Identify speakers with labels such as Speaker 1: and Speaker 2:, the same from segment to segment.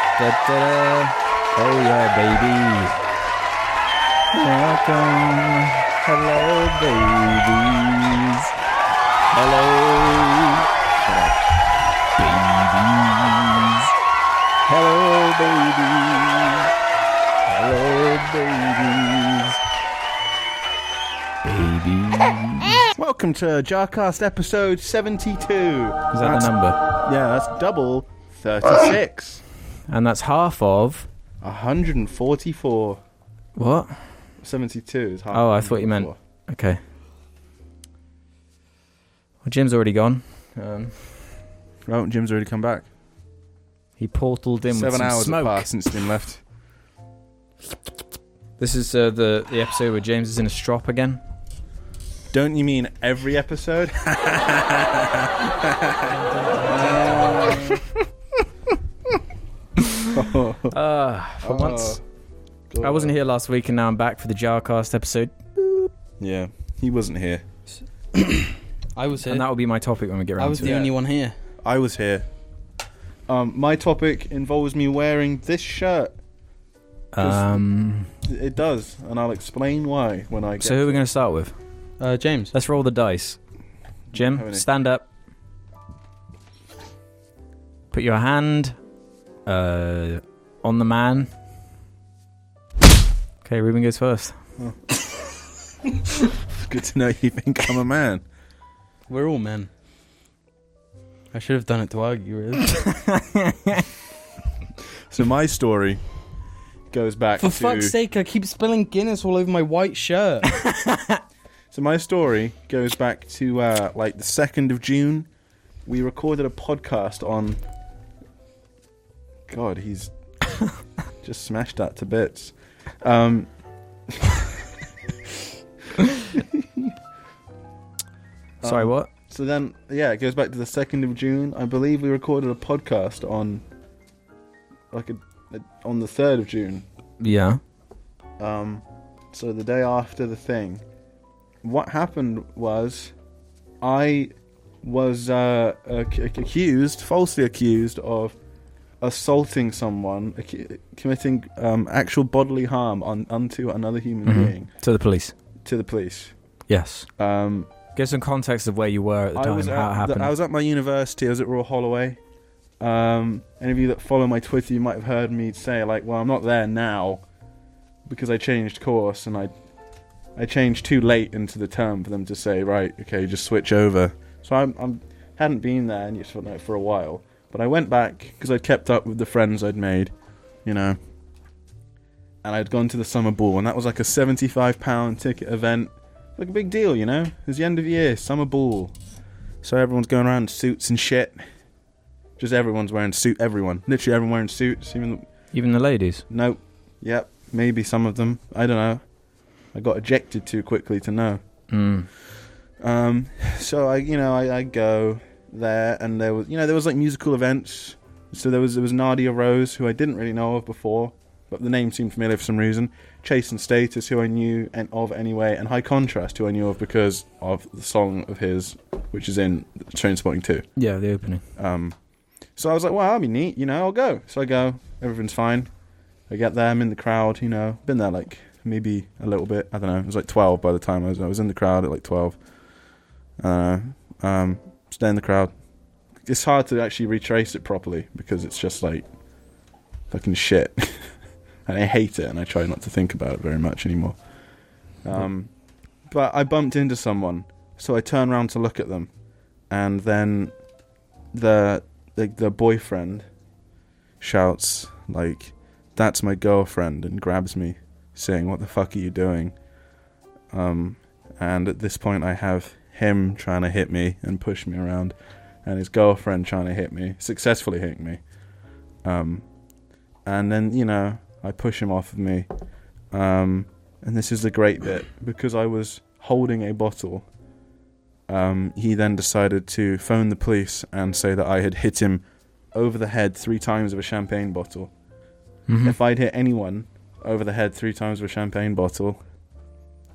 Speaker 1: Da-da-da. Oh yeah, baby. Welcome. Hello, babies. Hello. Shut up. Babies. Hello, babies. Hello, babies. Babies.
Speaker 2: Welcome to Jarcast episode 72.
Speaker 1: Is that the number?
Speaker 2: Yeah, that's double 36.
Speaker 1: And that's half of
Speaker 2: 144.
Speaker 1: what?
Speaker 2: 72 is half.
Speaker 1: Oh, I thought you meant-
Speaker 2: 144.
Speaker 1: Okay. Well, Jim's already gone. Um,
Speaker 2: Oh, Jim's already come back.
Speaker 1: he portaled in with
Speaker 2: Seven
Speaker 1: some
Speaker 2: hours have
Speaker 1: smoke.
Speaker 2: passed since Jim left.
Speaker 1: This is uh, the the episode where James is in a strop again.
Speaker 2: Don't you mean every episode?
Speaker 1: Ah, for once. I wasn't here last week, and now I'm back for the Jarcast episode,
Speaker 2: Yeah, he wasn't here.
Speaker 3: I was here.
Speaker 1: and that will be my topic when we get
Speaker 3: I
Speaker 1: around
Speaker 3: was
Speaker 1: to
Speaker 3: the
Speaker 1: it.
Speaker 2: Yeah.
Speaker 3: only one here.
Speaker 2: I was here. Um, my topic involves me wearing this shirt.
Speaker 1: Um,
Speaker 2: It does, and I'll explain why when I get.
Speaker 1: so who are we going to start with?
Speaker 3: Uh, James.
Speaker 1: Let's roll the dice.
Speaker 2: How
Speaker 1: Jim,
Speaker 2: many?
Speaker 1: stand up. Put your hand uh, on the man. Okay, Ruben goes first.
Speaker 2: Good to know you think I'm a man.
Speaker 3: We're all men. I should have done it to argue with.
Speaker 2: So my story goes back
Speaker 3: For
Speaker 2: to.
Speaker 3: fuck's sake, I keep spilling Guinness all over my white shirt.
Speaker 2: So my story goes back to uh, like the second of June. We recorded a podcast on. God, he's just smashed that to bits. Um,
Speaker 1: Sorry,
Speaker 2: Um,
Speaker 1: what?
Speaker 2: So then, yeah, it goes back to the second of June. I believe we recorded a podcast on, like, a, a, on the third of June.
Speaker 1: Yeah.
Speaker 2: Um, so the day after the thing, what happened was, I was uh, ac- ac- accused, falsely accused of assaulting someone, ac- committing um, actual bodily harm on unto another human
Speaker 1: Mhm.
Speaker 2: being
Speaker 1: To the police.
Speaker 2: to the police.
Speaker 1: Yes.
Speaker 2: Um,
Speaker 1: Give some context of where you were at the
Speaker 2: I
Speaker 1: time,
Speaker 2: was,
Speaker 1: how it
Speaker 2: at,
Speaker 1: happened.
Speaker 2: the- I was at my university. I was at Royal Holloway. Um, any of you that follow my Twitter, you might have heard me say like, "Well, I'm not there now because I changed course and I I changed too late into the term for them to say, right, okay, just switch over." So I'm, I'm hadn't been there and just for like for a while, but I went back because I'd kept up with the friends I'd made, you know. And I'd gone to the summer ball, and that was like a seventy-five pound ticket event, like a big deal, you know. It was the end of the year, summer ball. So everyone's going around in suits and shit. Just everyone's wearing suit. Everyone, literally everyone wearing suits. Even the,
Speaker 1: Even the ladies.
Speaker 2: nope, yep, maybe some of them. I don't know. I got ejected too quickly to know.
Speaker 1: Mm.
Speaker 2: Um, so I, you know, I, I go there, and there was, you know, there was like musical events. So there was there was Nadia Rose, who I didn't really know of before, but the name seemed familiar for some reason. Chase and Status, who I knew and of anyway, and High Contrast, who I knew of because of the song of his, which is in Trainspotting Two.
Speaker 1: Yeah, the opening.
Speaker 2: Um, so I was like, well, that'll be neat, you know, I'll go. So I go, everything's fine. I get there, I'm in the crowd, you know, been there like maybe a little bit, I don't know, it was like 12 by the time I was, I was in the crowd at like 12. Uh, um, stay in the crowd. It's hard to actually retrace it properly because it's just like fucking shit. and I hate it and I try not to think about it very much anymore. Um, but I bumped into someone, so I turn around to look at them and then the the, the boyfriend shouts like that's my girlfriend and grabs me saying what the fuck are you doing um and at this point i have him trying to hit me and push me around and his girlfriend trying to hit me successfully hitting me um and then you know i push him off of me um and this is the great bit because i was holding a bottle um, he then decided to phone the police and say that I had hit him over the head three times with a champagne bottle.
Speaker 4: Hmm.
Speaker 1: Mhm.
Speaker 2: If I'd hit anyone over the head three times with a champagne bottle,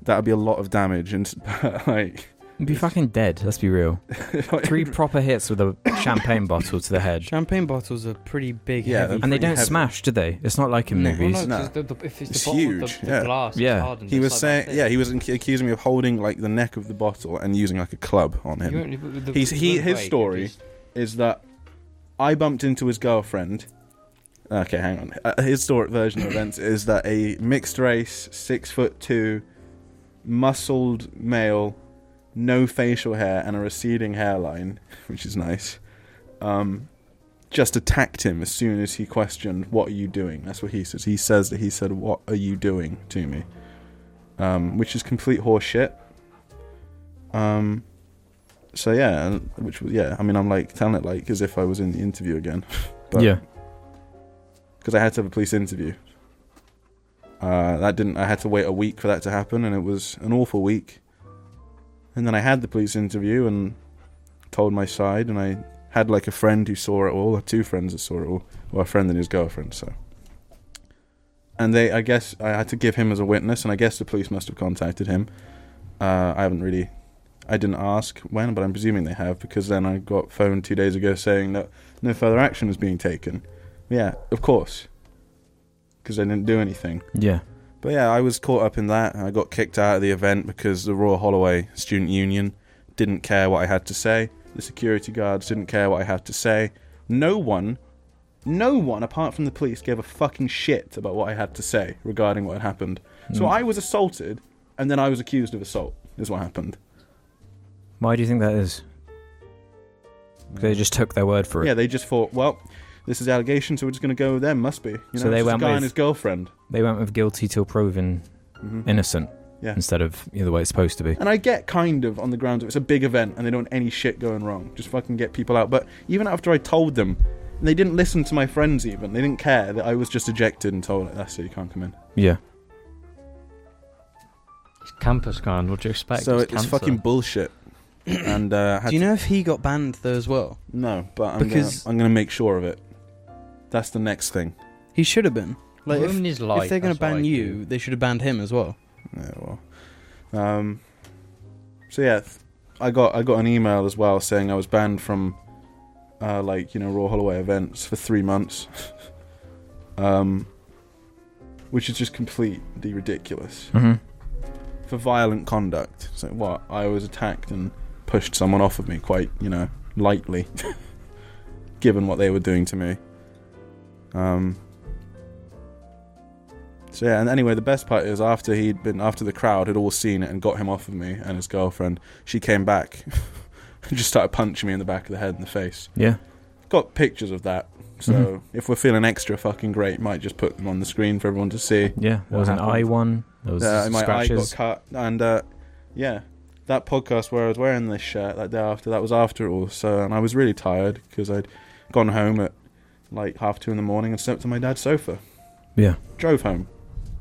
Speaker 2: that would be a lot of damage. And like,
Speaker 1: You'd be fucking dead. Let's be real.
Speaker 2: If I-
Speaker 1: Three proper hits with a champagne bottle to the head,
Speaker 3: Champagne bottles are pretty big.
Speaker 2: Yeah,
Speaker 3: heavy.
Speaker 2: they're
Speaker 1: and they
Speaker 2: pretty
Speaker 1: don't
Speaker 2: heavy.
Speaker 1: smash, do they? It's not like in
Speaker 3: No.
Speaker 1: movies.
Speaker 2: no,
Speaker 4: it's the, the, if it's,
Speaker 2: It's
Speaker 4: the bottle,
Speaker 2: huge,
Speaker 4: The,
Speaker 2: yeah.
Speaker 4: the glass
Speaker 1: Yeah.
Speaker 4: is hardened.
Speaker 2: He
Speaker 4: it's
Speaker 2: was
Speaker 4: like
Speaker 2: saying,
Speaker 4: that
Speaker 2: yeah,
Speaker 4: thick.
Speaker 2: he was ac- accusing me of holding like the neck of the bottle and using like a club on
Speaker 4: You
Speaker 2: him.
Speaker 4: won't- the- the-
Speaker 2: He's-
Speaker 4: the
Speaker 2: he-
Speaker 4: wouldn't
Speaker 2: his
Speaker 4: break, it
Speaker 2: story-
Speaker 4: just-
Speaker 2: Is that I bumped into his girlfriend. Okay, hang on. Uh, his short version of events is that a mixed race, six foot two, muscled male, no facial hair, and a receding hairline, which is nice. Um, just attacked him as soon as he questioned, "What are you doing?" That's what he says. He says that he said, "What are you doing?" to me, um, which is complete horseshit. Um, so yeah, and- which was yeah. I mean, I'm like telling it like as if I was in the interview again. But-
Speaker 1: yeah.
Speaker 2: because I had to have a police interview. Uh, that didn't. I had to wait a week for that to happen, and it was an awful week. And then I had the police interview and told my side, and I had like a friend who saw it all, or two friends that saw it all, well, a friend and his girlfriend. So, and they, I guess, I had to give him as a witness, and I guess the police must have contacted him. Uh, I haven't really, I didn't ask when, but I'm presuming they have because then I got phoned two days ago saying that no further action was being taken. Yeah, of course. Because I didn't do anything.
Speaker 1: Yeah.
Speaker 2: But yeah, I was caught up in that. I got kicked out of the event because the Royal Holloway Student Union didn't care what I had to say. The security guards didn't care what I had to say. No one, no one apart from the police gave a fucking shit about what I had to say regarding what had happened. So
Speaker 1: Mm.
Speaker 2: I was assaulted, and then I was accused of assault, is what happened.
Speaker 1: Why do you think that is? 'Cause They just took their word for it.
Speaker 2: Yeah, they just thought, well, this is allegation, so we're just going to go with them, must be. You know,
Speaker 1: So they
Speaker 2: it's just
Speaker 1: went
Speaker 2: a guy
Speaker 1: with-
Speaker 2: and his girlfriend.
Speaker 1: They went with guilty till proven
Speaker 2: Mhm.
Speaker 1: innocent
Speaker 2: Yeah.
Speaker 1: instead of you know, the way it's supposed to be.
Speaker 2: And I get kind of on the grounds of it's a big event and they don't want any shit going wrong. Just fucking get people out. But even after I told them, they didn't listen to my friends even. They didn't care that I was just ejected and told, that's it, you can't come in.
Speaker 1: Yeah.
Speaker 4: It's campus kind. What do you expect?
Speaker 2: so
Speaker 4: it's,
Speaker 2: it's
Speaker 4: cancer.
Speaker 2: fucking bullshit. and uh, I had
Speaker 3: Do you
Speaker 2: to-
Speaker 3: know if he got banned though as well?
Speaker 2: No, but I'm
Speaker 3: Because-
Speaker 2: gonna, I'm gonna make sure of it. That's the next thing.
Speaker 3: He should have been. Like, if,
Speaker 4: Ruin his life,
Speaker 3: if they're going to
Speaker 4: that's what
Speaker 3: ban
Speaker 4: I do.
Speaker 3: you, they should have banned him as well.
Speaker 2: Yeah, well. Um, so yeah, th- I got I got an email as well saying I was banned from uh, like you know Raw Holloway events for three months, um, which is just completely ridiculous
Speaker 1: hmm
Speaker 2: for violent conduct. So what? I was attacked and pushed someone off of me quite you know lightly, given what they were doing to me. Um. So yeah, and anyway, the best part is after he'd been after the crowd had all seen it and got him off of me and his girlfriend, she came back and just started punching me in the back of the head and the face.
Speaker 1: Yeah.
Speaker 2: Got pictures of that. So
Speaker 1: Mhm.
Speaker 2: if we're feeling extra fucking great, might just put them on the screen for everyone to see.
Speaker 1: Yeah. There
Speaker 2: What
Speaker 1: was an
Speaker 2: happened?
Speaker 1: eye one. There was
Speaker 2: Uh, my
Speaker 1: scratches.
Speaker 2: eye got cut, and uh, yeah, that podcast where I was wearing this shirt that day after that was after it all. So and I was really tired because I'd gone home at like half two in the morning and slept on my dad's sofa.
Speaker 1: Yeah.
Speaker 2: Drove home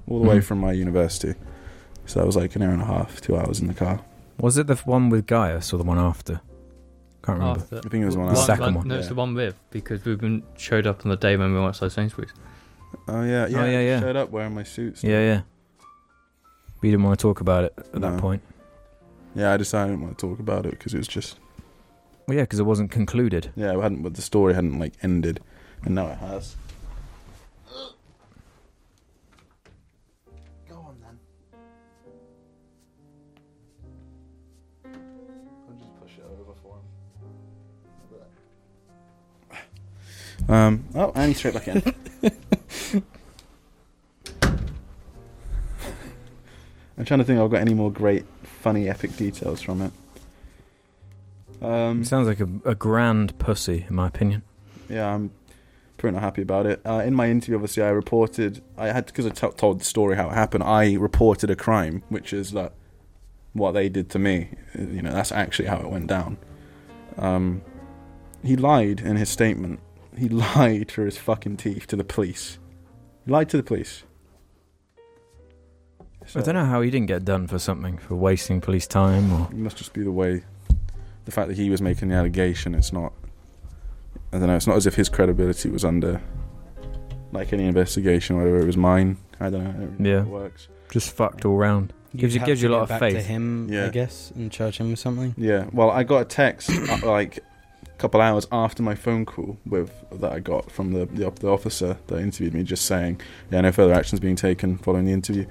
Speaker 2: all the way
Speaker 1: Mhm.
Speaker 2: from my university, so that was like an hour and a half, two hours in the car.
Speaker 1: Was it the f- one with Gaius or the one after? Can't remember.
Speaker 4: After-
Speaker 2: I think it was one
Speaker 1: The
Speaker 2: hour.
Speaker 1: second one,
Speaker 4: No, it's
Speaker 2: yeah.
Speaker 4: the one with because Ruben showed up on the day when we went to Sainsbury's.
Speaker 2: Oh yeah, yeah,
Speaker 1: yeah, yeah.
Speaker 2: Showed up wearing my suits.
Speaker 1: Yeah, yeah. We didn't want to talk about it at
Speaker 2: No.
Speaker 1: that point.
Speaker 2: Yeah, I decided I didn't want to talk about it because it was just
Speaker 1: Well, yeah, because it wasn't concluded.
Speaker 2: yeah, I hadn't, but the story hadn't like ended, and now it has. Go on then. I'll just push it over for him. Um. Oh, and he's straight back in. I'm trying to think. if I've got any more great, funny, epic details from it. Um,
Speaker 1: It sounds like a, a grand pussy, in my opinion.
Speaker 2: yeah, I'm pretty not happy about it. Uh, in my interview, obviously, I reported I had because I t- told the story how it happened. I reported a crime, which is like what they did to me. Uh, You know, that's actually how it went down. Um, he lied in his statement. He lied through his fucking teeth to the police. He lied to the police.
Speaker 1: I don't know how he didn't get done for something for wasting police time or
Speaker 2: It must just be the way, the fact that he was making the allegation. It's not. I don't know. It's not as if his credibility was under, like any investigation, whether it was mine. I don't know. I don't really know
Speaker 1: Yeah.
Speaker 2: how it works.
Speaker 1: just fucked all round. Gives you-
Speaker 3: have
Speaker 1: gives
Speaker 3: to
Speaker 1: you a
Speaker 3: go
Speaker 1: lot of
Speaker 3: back to
Speaker 1: faith.
Speaker 3: him, I
Speaker 2: Yeah.
Speaker 3: guess, and charge him with something.
Speaker 2: Yeah. Well, I got a text uh, like a couple hours after my phone call with that I got from the the, the officer that interviewed me, just saying, "Yeah, no further actions being taken following the interview."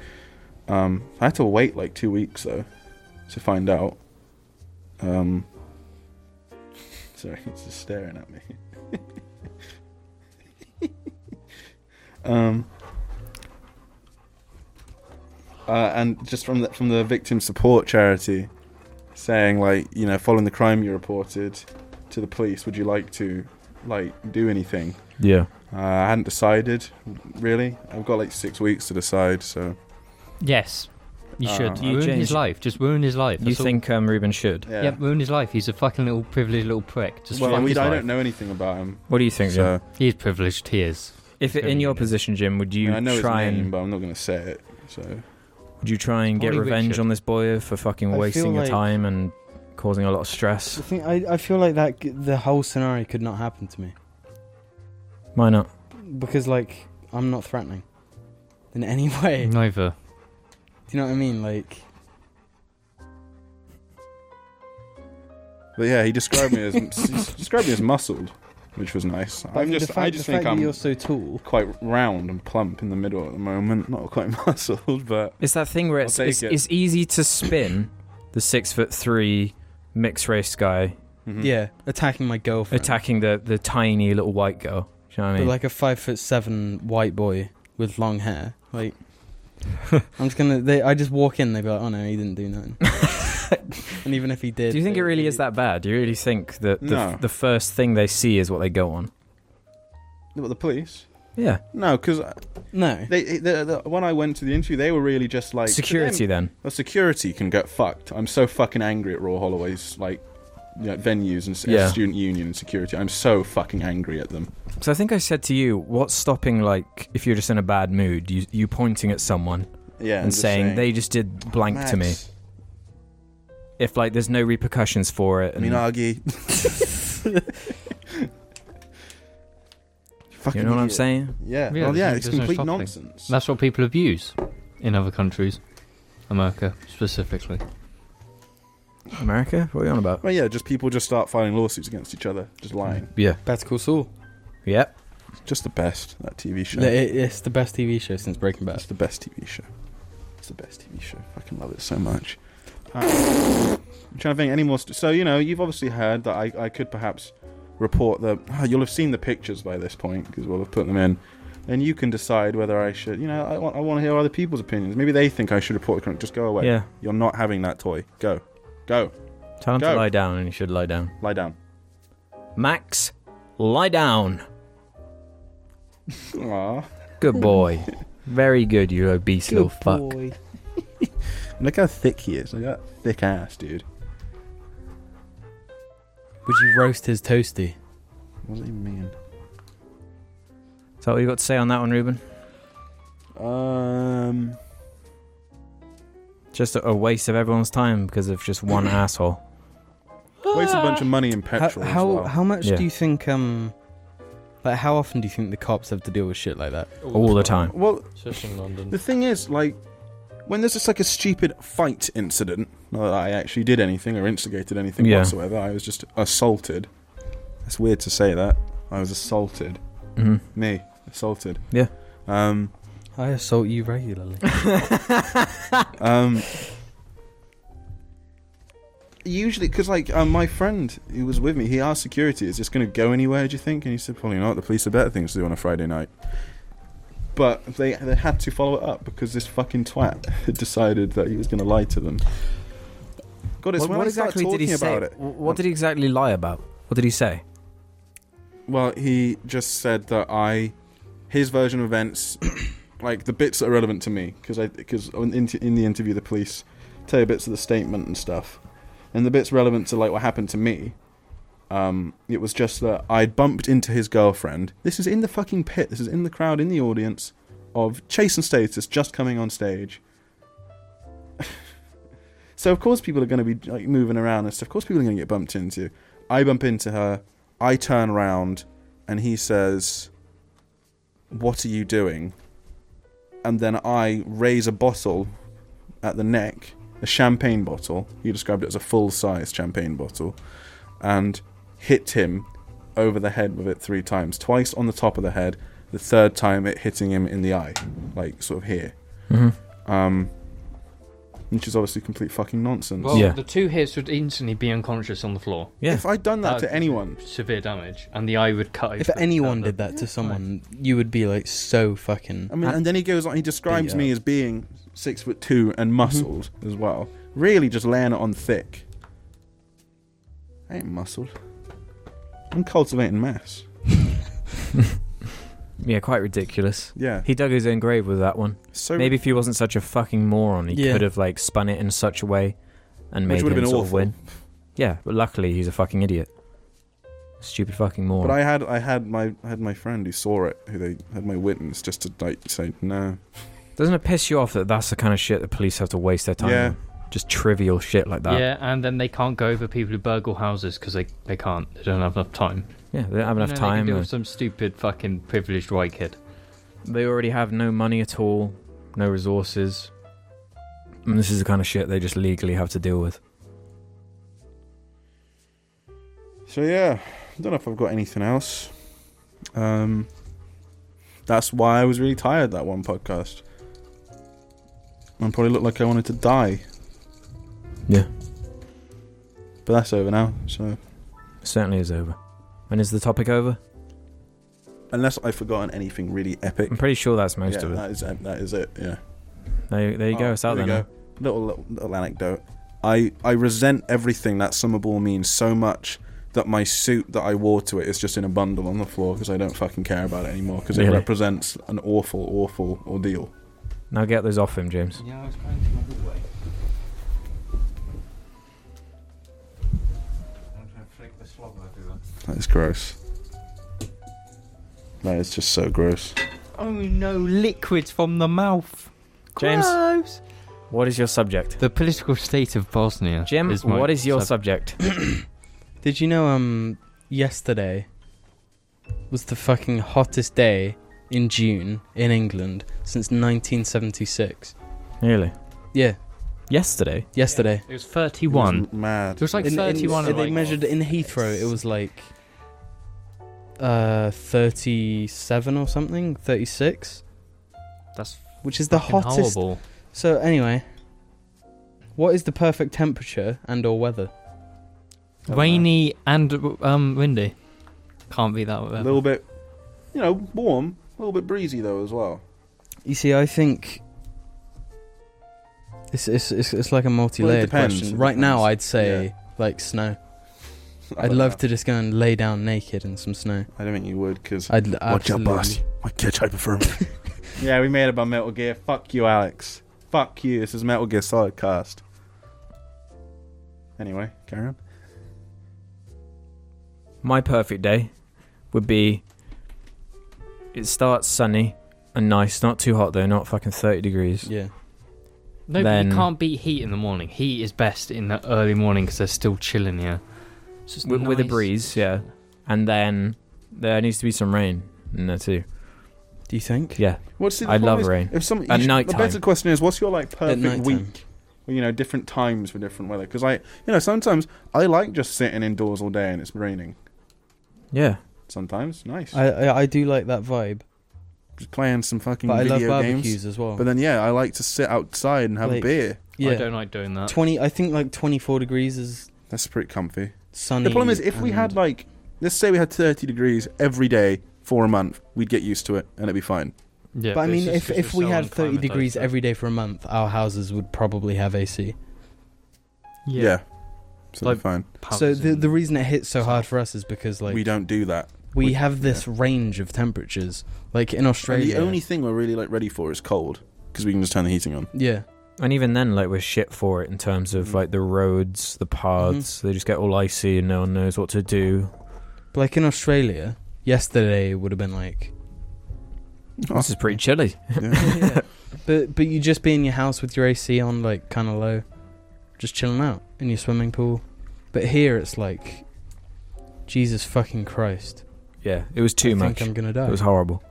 Speaker 2: Um, I had to wait like two weeks though to find out. Um, sorry, it's just staring at me. um. Uh, and just from the, from the victim support charity, saying like you know following the crime you reported to the police would you like to like do anything
Speaker 1: Yeah.
Speaker 2: uh, i hadn't decided really i've got like six weeks to decide so
Speaker 4: Yes, you should.
Speaker 2: Uh,
Speaker 4: You ruin
Speaker 1: James-
Speaker 4: his life. Just ruin his life.
Speaker 1: You
Speaker 4: that's all.
Speaker 1: think um, Ruben should?
Speaker 2: yeah
Speaker 4: Yep, ruin his life. He's a fucking little privileged little prick. Just
Speaker 2: well
Speaker 4: fuck
Speaker 2: we,
Speaker 4: his
Speaker 2: i
Speaker 4: life.
Speaker 2: don't know anything about him
Speaker 1: What do you think, Jim?
Speaker 2: so
Speaker 4: He's privileged. He is.
Speaker 1: If
Speaker 4: It's
Speaker 1: in your
Speaker 4: gonna be-
Speaker 1: position, Jim, would
Speaker 2: I,
Speaker 1: you
Speaker 2: mean, I know his
Speaker 1: try
Speaker 2: name
Speaker 1: and
Speaker 2: but i'm not going to say it so
Speaker 1: would you try and get
Speaker 4: Only
Speaker 1: revenge
Speaker 4: Richard.
Speaker 1: on this boy for fucking
Speaker 3: I feel
Speaker 1: wasting your
Speaker 3: like-
Speaker 1: time and causing a lot of stress?
Speaker 3: I think I, I feel like that g- the whole scenario could not happen to me
Speaker 1: Why not?
Speaker 3: because like I'm not threatening in any way. Do
Speaker 4: Neither.
Speaker 3: you know what I mean? Like
Speaker 2: but yeah he described me as he described me as muscled which was nice
Speaker 3: but
Speaker 2: i'm
Speaker 3: the
Speaker 2: just
Speaker 3: fact,
Speaker 2: i just
Speaker 3: the
Speaker 2: think
Speaker 3: fact that
Speaker 2: i'm
Speaker 3: you're so tall.
Speaker 2: quite round and plump in the middle at the moment not quite muscled but
Speaker 1: It's that thing where
Speaker 2: I'll
Speaker 1: it's
Speaker 2: take
Speaker 1: it's,
Speaker 2: it.
Speaker 1: it's easy to spin the six foot three mixed race guy
Speaker 2: mhm.
Speaker 3: Yeah, attacking my girlfriend.
Speaker 1: attacking the the tiny little white girl. Do you know what I
Speaker 3: But
Speaker 1: mean?
Speaker 3: like a five foot seven white boy with long hair. Like I'm just gonna. They, I just walk in. They be like, oh no, he didn't do nothing. and even if he did,
Speaker 1: do you think it
Speaker 3: they-
Speaker 1: really is that bad? Do you really think that the,
Speaker 2: No.
Speaker 1: the first thing they see is what they go on?
Speaker 2: What, the police
Speaker 1: Yeah,
Speaker 2: no because
Speaker 3: No.
Speaker 2: they, the, the, when i went to the interview they were really just like to them,
Speaker 1: security then.
Speaker 2: Well, security can get fucked. I'm so fucking angry at Raw Holloway's like you know, venues and s
Speaker 1: Yeah.
Speaker 2: student union and security. I'm so fucking angry at them.
Speaker 1: So I think I said to you, what's stopping like if you're just in a bad mood, you you pointing at someone
Speaker 2: Yeah,
Speaker 1: and saying, they just did blank to me. If like there's no repercussions for it, and
Speaker 2: Minagi. fucking
Speaker 1: you know what I'm
Speaker 2: idiot.
Speaker 1: saying?
Speaker 2: Yeah,
Speaker 4: Yeah,
Speaker 2: well, yeah,
Speaker 4: there's
Speaker 2: it's
Speaker 4: no
Speaker 2: complete
Speaker 4: stopping.
Speaker 2: nonsense.
Speaker 4: That's what people abuse in other countries, America specifically.
Speaker 1: America, what are you on about?
Speaker 2: well, yeah, just people just start filing lawsuits against each other, just lying.
Speaker 1: Yeah,
Speaker 3: Better Call Saul.
Speaker 1: yep.
Speaker 2: It's Just the best that TV show.
Speaker 3: It- It's the best TV show since Breaking Bad.
Speaker 2: It's the best TV show. It's the best TV show. I fucking love it so much. Um, I'm trying to think any more. St- so you know, you've obviously heard that I, I could perhaps report the. ah, you'll have seen the pictures by this point because we'll have put them in, and you can decide whether I should. You know, I want I want to hear other people's opinions. Maybe they think I should report the crime. Just go away.
Speaker 1: Yeah,
Speaker 2: You're not having that toy. Go, go,
Speaker 1: tell him to
Speaker 2: Go.
Speaker 1: lie down, and he should lie down.
Speaker 2: lie down.
Speaker 1: Max, lie down.
Speaker 2: Aww.
Speaker 1: Good boy. Very good, you obese little fuck.
Speaker 3: boy.
Speaker 2: Look how thick he is. Look at that thick ass, dude.
Speaker 3: Would you roast his toasty?
Speaker 2: What does he mean?
Speaker 1: Is that what you got to say on that one, Ruben?
Speaker 2: Um.
Speaker 1: Just a, a waste of everyone's time because of just one asshole.
Speaker 2: Waste a bunch of money in
Speaker 3: How
Speaker 2: petrol. as
Speaker 3: how,
Speaker 2: well.
Speaker 3: how much
Speaker 1: Yeah.
Speaker 3: do you think um like how often do you think the cops have to deal with shit like that?
Speaker 1: All the time.
Speaker 2: well,
Speaker 4: Just in London.
Speaker 2: The thing is, like, when there's just like a stupid fight incident, not that I actually did anything or instigated anything
Speaker 1: Yeah.
Speaker 2: whatsoever, I was just assaulted. That's weird to say that. I was assaulted.
Speaker 4: Mm-hmm.
Speaker 1: hmm
Speaker 2: Me, assaulted.
Speaker 1: Yeah.
Speaker 2: Um,
Speaker 3: I assault you regularly.
Speaker 2: um, usually, because, like, um, my friend who was with me, he asked security, is this going to go anywhere, do you think? And he said, probably not. The police have better things to do on a Friday night. But they, they had to follow it up because this fucking twat had decided that he was going to lie to them. God, it's
Speaker 1: What,
Speaker 2: when
Speaker 1: what
Speaker 2: I start
Speaker 1: exactly did he
Speaker 2: talking
Speaker 1: say?
Speaker 2: about it.
Speaker 1: Wh- What did he exactly lie about? What did he say?
Speaker 2: Well, he just said that I, his version of events, like the bits that are relevant to me, because I because in, in the interview the police tell you bits of the statement and stuff, and the bits relevant to like what happened to me. Um, it was just that I bumped into his girlfriend. This is in the fucking pit. This is in the crowd, in the audience of Chase and Status just coming on stage. so of course people are going to be like moving around and stuff. Of course people are going to get bumped into. I bump into her. I turn around and he says, "What are you doing?" And then I raise a bottle at the neck a champagne bottle. He described it as a full size champagne bottle, and hit him over the head with it three times. Twice on the top of the head. The third time, it hitting him in the eye, like sort of here.
Speaker 4: Mm-hmm.
Speaker 1: Mhm.
Speaker 2: Um, which is obviously complete fucking nonsense.
Speaker 4: Well,
Speaker 1: Yeah.
Speaker 4: the two hits would instantly be unconscious on the floor.
Speaker 1: Yeah.
Speaker 2: If I'd done that
Speaker 4: That-
Speaker 2: to anyone,
Speaker 4: Severe damage, and the eye would cut.
Speaker 3: If
Speaker 4: open.
Speaker 3: anyone did that to someone, you would be like so fucking.
Speaker 2: I mean, and then he goes on. He describes
Speaker 3: Yeah.
Speaker 1: uh,
Speaker 2: me as being six foot two and muscled as well. Really, just laying it on thick. I ain't muscled. I'm cultivating mass.
Speaker 1: Yeah, quite ridiculous.
Speaker 2: Yeah.
Speaker 1: He dug his own grave with that one.
Speaker 2: So
Speaker 1: Maybe if he wasn't such a fucking moron, he
Speaker 3: Yeah.
Speaker 1: could have like spun it in such a way and
Speaker 2: Which
Speaker 1: made
Speaker 2: would
Speaker 1: him
Speaker 2: have been
Speaker 1: sort of
Speaker 2: awful.
Speaker 1: win. Yeah, but luckily he's a fucking idiot. Stupid fucking moron.
Speaker 2: But I had I had my I had my friend who saw it, who they had my witness just to like say no.
Speaker 1: Doesn't it piss you off that that's the kind of shit the police have to waste their time
Speaker 2: Yeah.
Speaker 1: on? Just trivial shit like that.
Speaker 4: Yeah, and then they can't go over people who burgle houses because they, they can't. They don't have enough time.
Speaker 1: Yeah, they don't have
Speaker 4: You know,
Speaker 1: enough
Speaker 4: they can
Speaker 1: time.
Speaker 4: deal
Speaker 1: or-
Speaker 4: with some stupid fucking privileged white kid.
Speaker 1: They already have no money at all, no resources. And this is the kind of shit they just legally have to deal with.
Speaker 2: So yeah, I don't know if I've got anything else. Um, that's why I was really tired that one podcast. I probably looked like I wanted to die,
Speaker 1: Yeah.
Speaker 2: but that's over now. So
Speaker 1: Certainly is over. And is the topic over?
Speaker 2: unless I've forgotten anything really epic,
Speaker 1: I'm pretty sure that's most
Speaker 2: yeah,
Speaker 1: of it.
Speaker 2: that is that is it. Yeah.
Speaker 1: There, there you go,
Speaker 2: Oh,
Speaker 1: it's out there.
Speaker 2: you
Speaker 1: now.
Speaker 2: go. Little, little little anecdote. I I resent everything that summer ball means so much that my suit that I wore to it is just in a bundle on the floor because I don't fucking care about it anymore because it
Speaker 1: Really?
Speaker 2: represents an awful, awful ordeal.
Speaker 1: Now get those off him, James.
Speaker 4: Yeah, I was going to my hallway.
Speaker 2: That is gross. That is just so gross.
Speaker 4: Oh no, liquids from the mouth.
Speaker 1: James.
Speaker 4: Gross.
Speaker 1: What is your subject?
Speaker 4: The political state of Bosnia.
Speaker 1: Jim,
Speaker 4: is my
Speaker 1: what is your
Speaker 4: sub-
Speaker 1: subject?
Speaker 3: Did you know um yesterday was the fucking hottest day in June in England since 1976?
Speaker 1: really?
Speaker 3: Yeah,
Speaker 1: Yesterday?
Speaker 3: yesterday.
Speaker 4: It was
Speaker 2: It was
Speaker 4: 31.
Speaker 2: m- Mad.
Speaker 4: It was like
Speaker 3: In- in-
Speaker 4: 31
Speaker 3: they
Speaker 4: and like,
Speaker 3: measured it in Heathrow. It was like uh 37 or something, 36,
Speaker 4: That's
Speaker 3: which is the
Speaker 4: fucking
Speaker 3: hottest.
Speaker 4: horrible.
Speaker 3: So anyway, what is the perfect temperature and or weather?
Speaker 2: know.
Speaker 4: Rainy and um, windy. Can't be that
Speaker 2: A
Speaker 4: weather.
Speaker 2: little bit, you know, warm, a little bit breezy though as well.
Speaker 3: You see, I think it's it's it's, it's like a multi-layered
Speaker 2: depends.
Speaker 3: question.
Speaker 2: It
Speaker 3: Right now,
Speaker 2: depends.
Speaker 3: I'd say like snow.
Speaker 2: I
Speaker 3: I'd
Speaker 2: don't
Speaker 3: love
Speaker 2: know.
Speaker 3: to just go and lay down naked in some snow.
Speaker 2: I don't think you would because
Speaker 3: I'd l-
Speaker 2: Watch out,
Speaker 3: absolutely.
Speaker 2: boss. I catch hyperthermia. yeah, we made it by Metal Gear. Fuck you, Alex. Fuck you. This is Metal Gear Solid Cast. Anyway, carry on.
Speaker 1: My perfect day would be it starts sunny and nice, not too hot though, not fucking 30 degrees.
Speaker 3: Yeah,
Speaker 4: No, but
Speaker 1: Then-
Speaker 4: you can't beat heat in the morning. Heat is best in the early morning because they're still chilling here. It's just
Speaker 1: With- with a
Speaker 4: nice.
Speaker 1: breeze, yeah. And then there needs to be some rain in there too.
Speaker 3: do you think?
Speaker 1: Yeah.
Speaker 2: What's the
Speaker 1: I
Speaker 2: problem
Speaker 1: love
Speaker 2: is,
Speaker 1: rain.
Speaker 2: If some, you
Speaker 1: At
Speaker 2: should-
Speaker 1: nighttime.
Speaker 2: The better question is, what's your like perfect
Speaker 3: nighttime.
Speaker 2: week? Well, you know, different times for different weather. Because I, you know, sometimes I like just sitting indoors all day and it's raining.
Speaker 1: Yeah.
Speaker 2: Sometimes nice.
Speaker 3: I, I I do like that vibe,
Speaker 2: just playing some fucking
Speaker 3: but I love
Speaker 2: video
Speaker 3: barbecues
Speaker 2: games.
Speaker 3: as well.
Speaker 2: But then yeah, I like to sit outside and have
Speaker 3: Like-
Speaker 2: a beer.
Speaker 4: I
Speaker 3: yeah,
Speaker 4: don't like doing that.
Speaker 3: twenty. I think like twenty-four degrees is
Speaker 2: That's pretty comfy.
Speaker 3: sunny.
Speaker 2: The problem is, if we had
Speaker 3: Mm, and-
Speaker 2: like, let's say we had 30 degrees every day for a month, we'd get used to it and it'd be fine.
Speaker 4: Yeah,
Speaker 3: but I
Speaker 4: it's
Speaker 3: mean,
Speaker 4: just
Speaker 3: if
Speaker 4: 'cause
Speaker 3: if
Speaker 4: we're
Speaker 3: we
Speaker 4: so
Speaker 3: had thirty
Speaker 4: unacclimatized
Speaker 3: degrees
Speaker 4: to it.
Speaker 3: every day for a month, our houses would probably have AC.
Speaker 2: Yeah. So it'd be
Speaker 4: Like-
Speaker 2: fine.
Speaker 4: Pubs
Speaker 3: so the
Speaker 4: and-
Speaker 3: the reason it hits so hard for us is because like
Speaker 2: we
Speaker 3: we,
Speaker 2: don't do that. we-
Speaker 3: have this range of temperatures. Like in
Speaker 2: And
Speaker 3: Australia,
Speaker 2: the only thing we're really like ready for is cold because we can just turn the heating on.
Speaker 3: yeah,
Speaker 1: And even then, like, we're shit for it in terms of,
Speaker 2: Mm.
Speaker 1: like, the roads, the paths. They just get all icy and no one knows what to do.
Speaker 3: but like in Australia, yesterday would have been like.
Speaker 1: This is pretty chilly.
Speaker 2: Yeah.
Speaker 3: But but you just be in your house with your AC on, like kind of low, just chilling out in your swimming pool. But here it's like, Jesus fucking Christ!
Speaker 1: Yeah, it was too
Speaker 3: I
Speaker 1: much.
Speaker 3: Think I'm
Speaker 1: It
Speaker 3: gonna die.
Speaker 1: was horrible.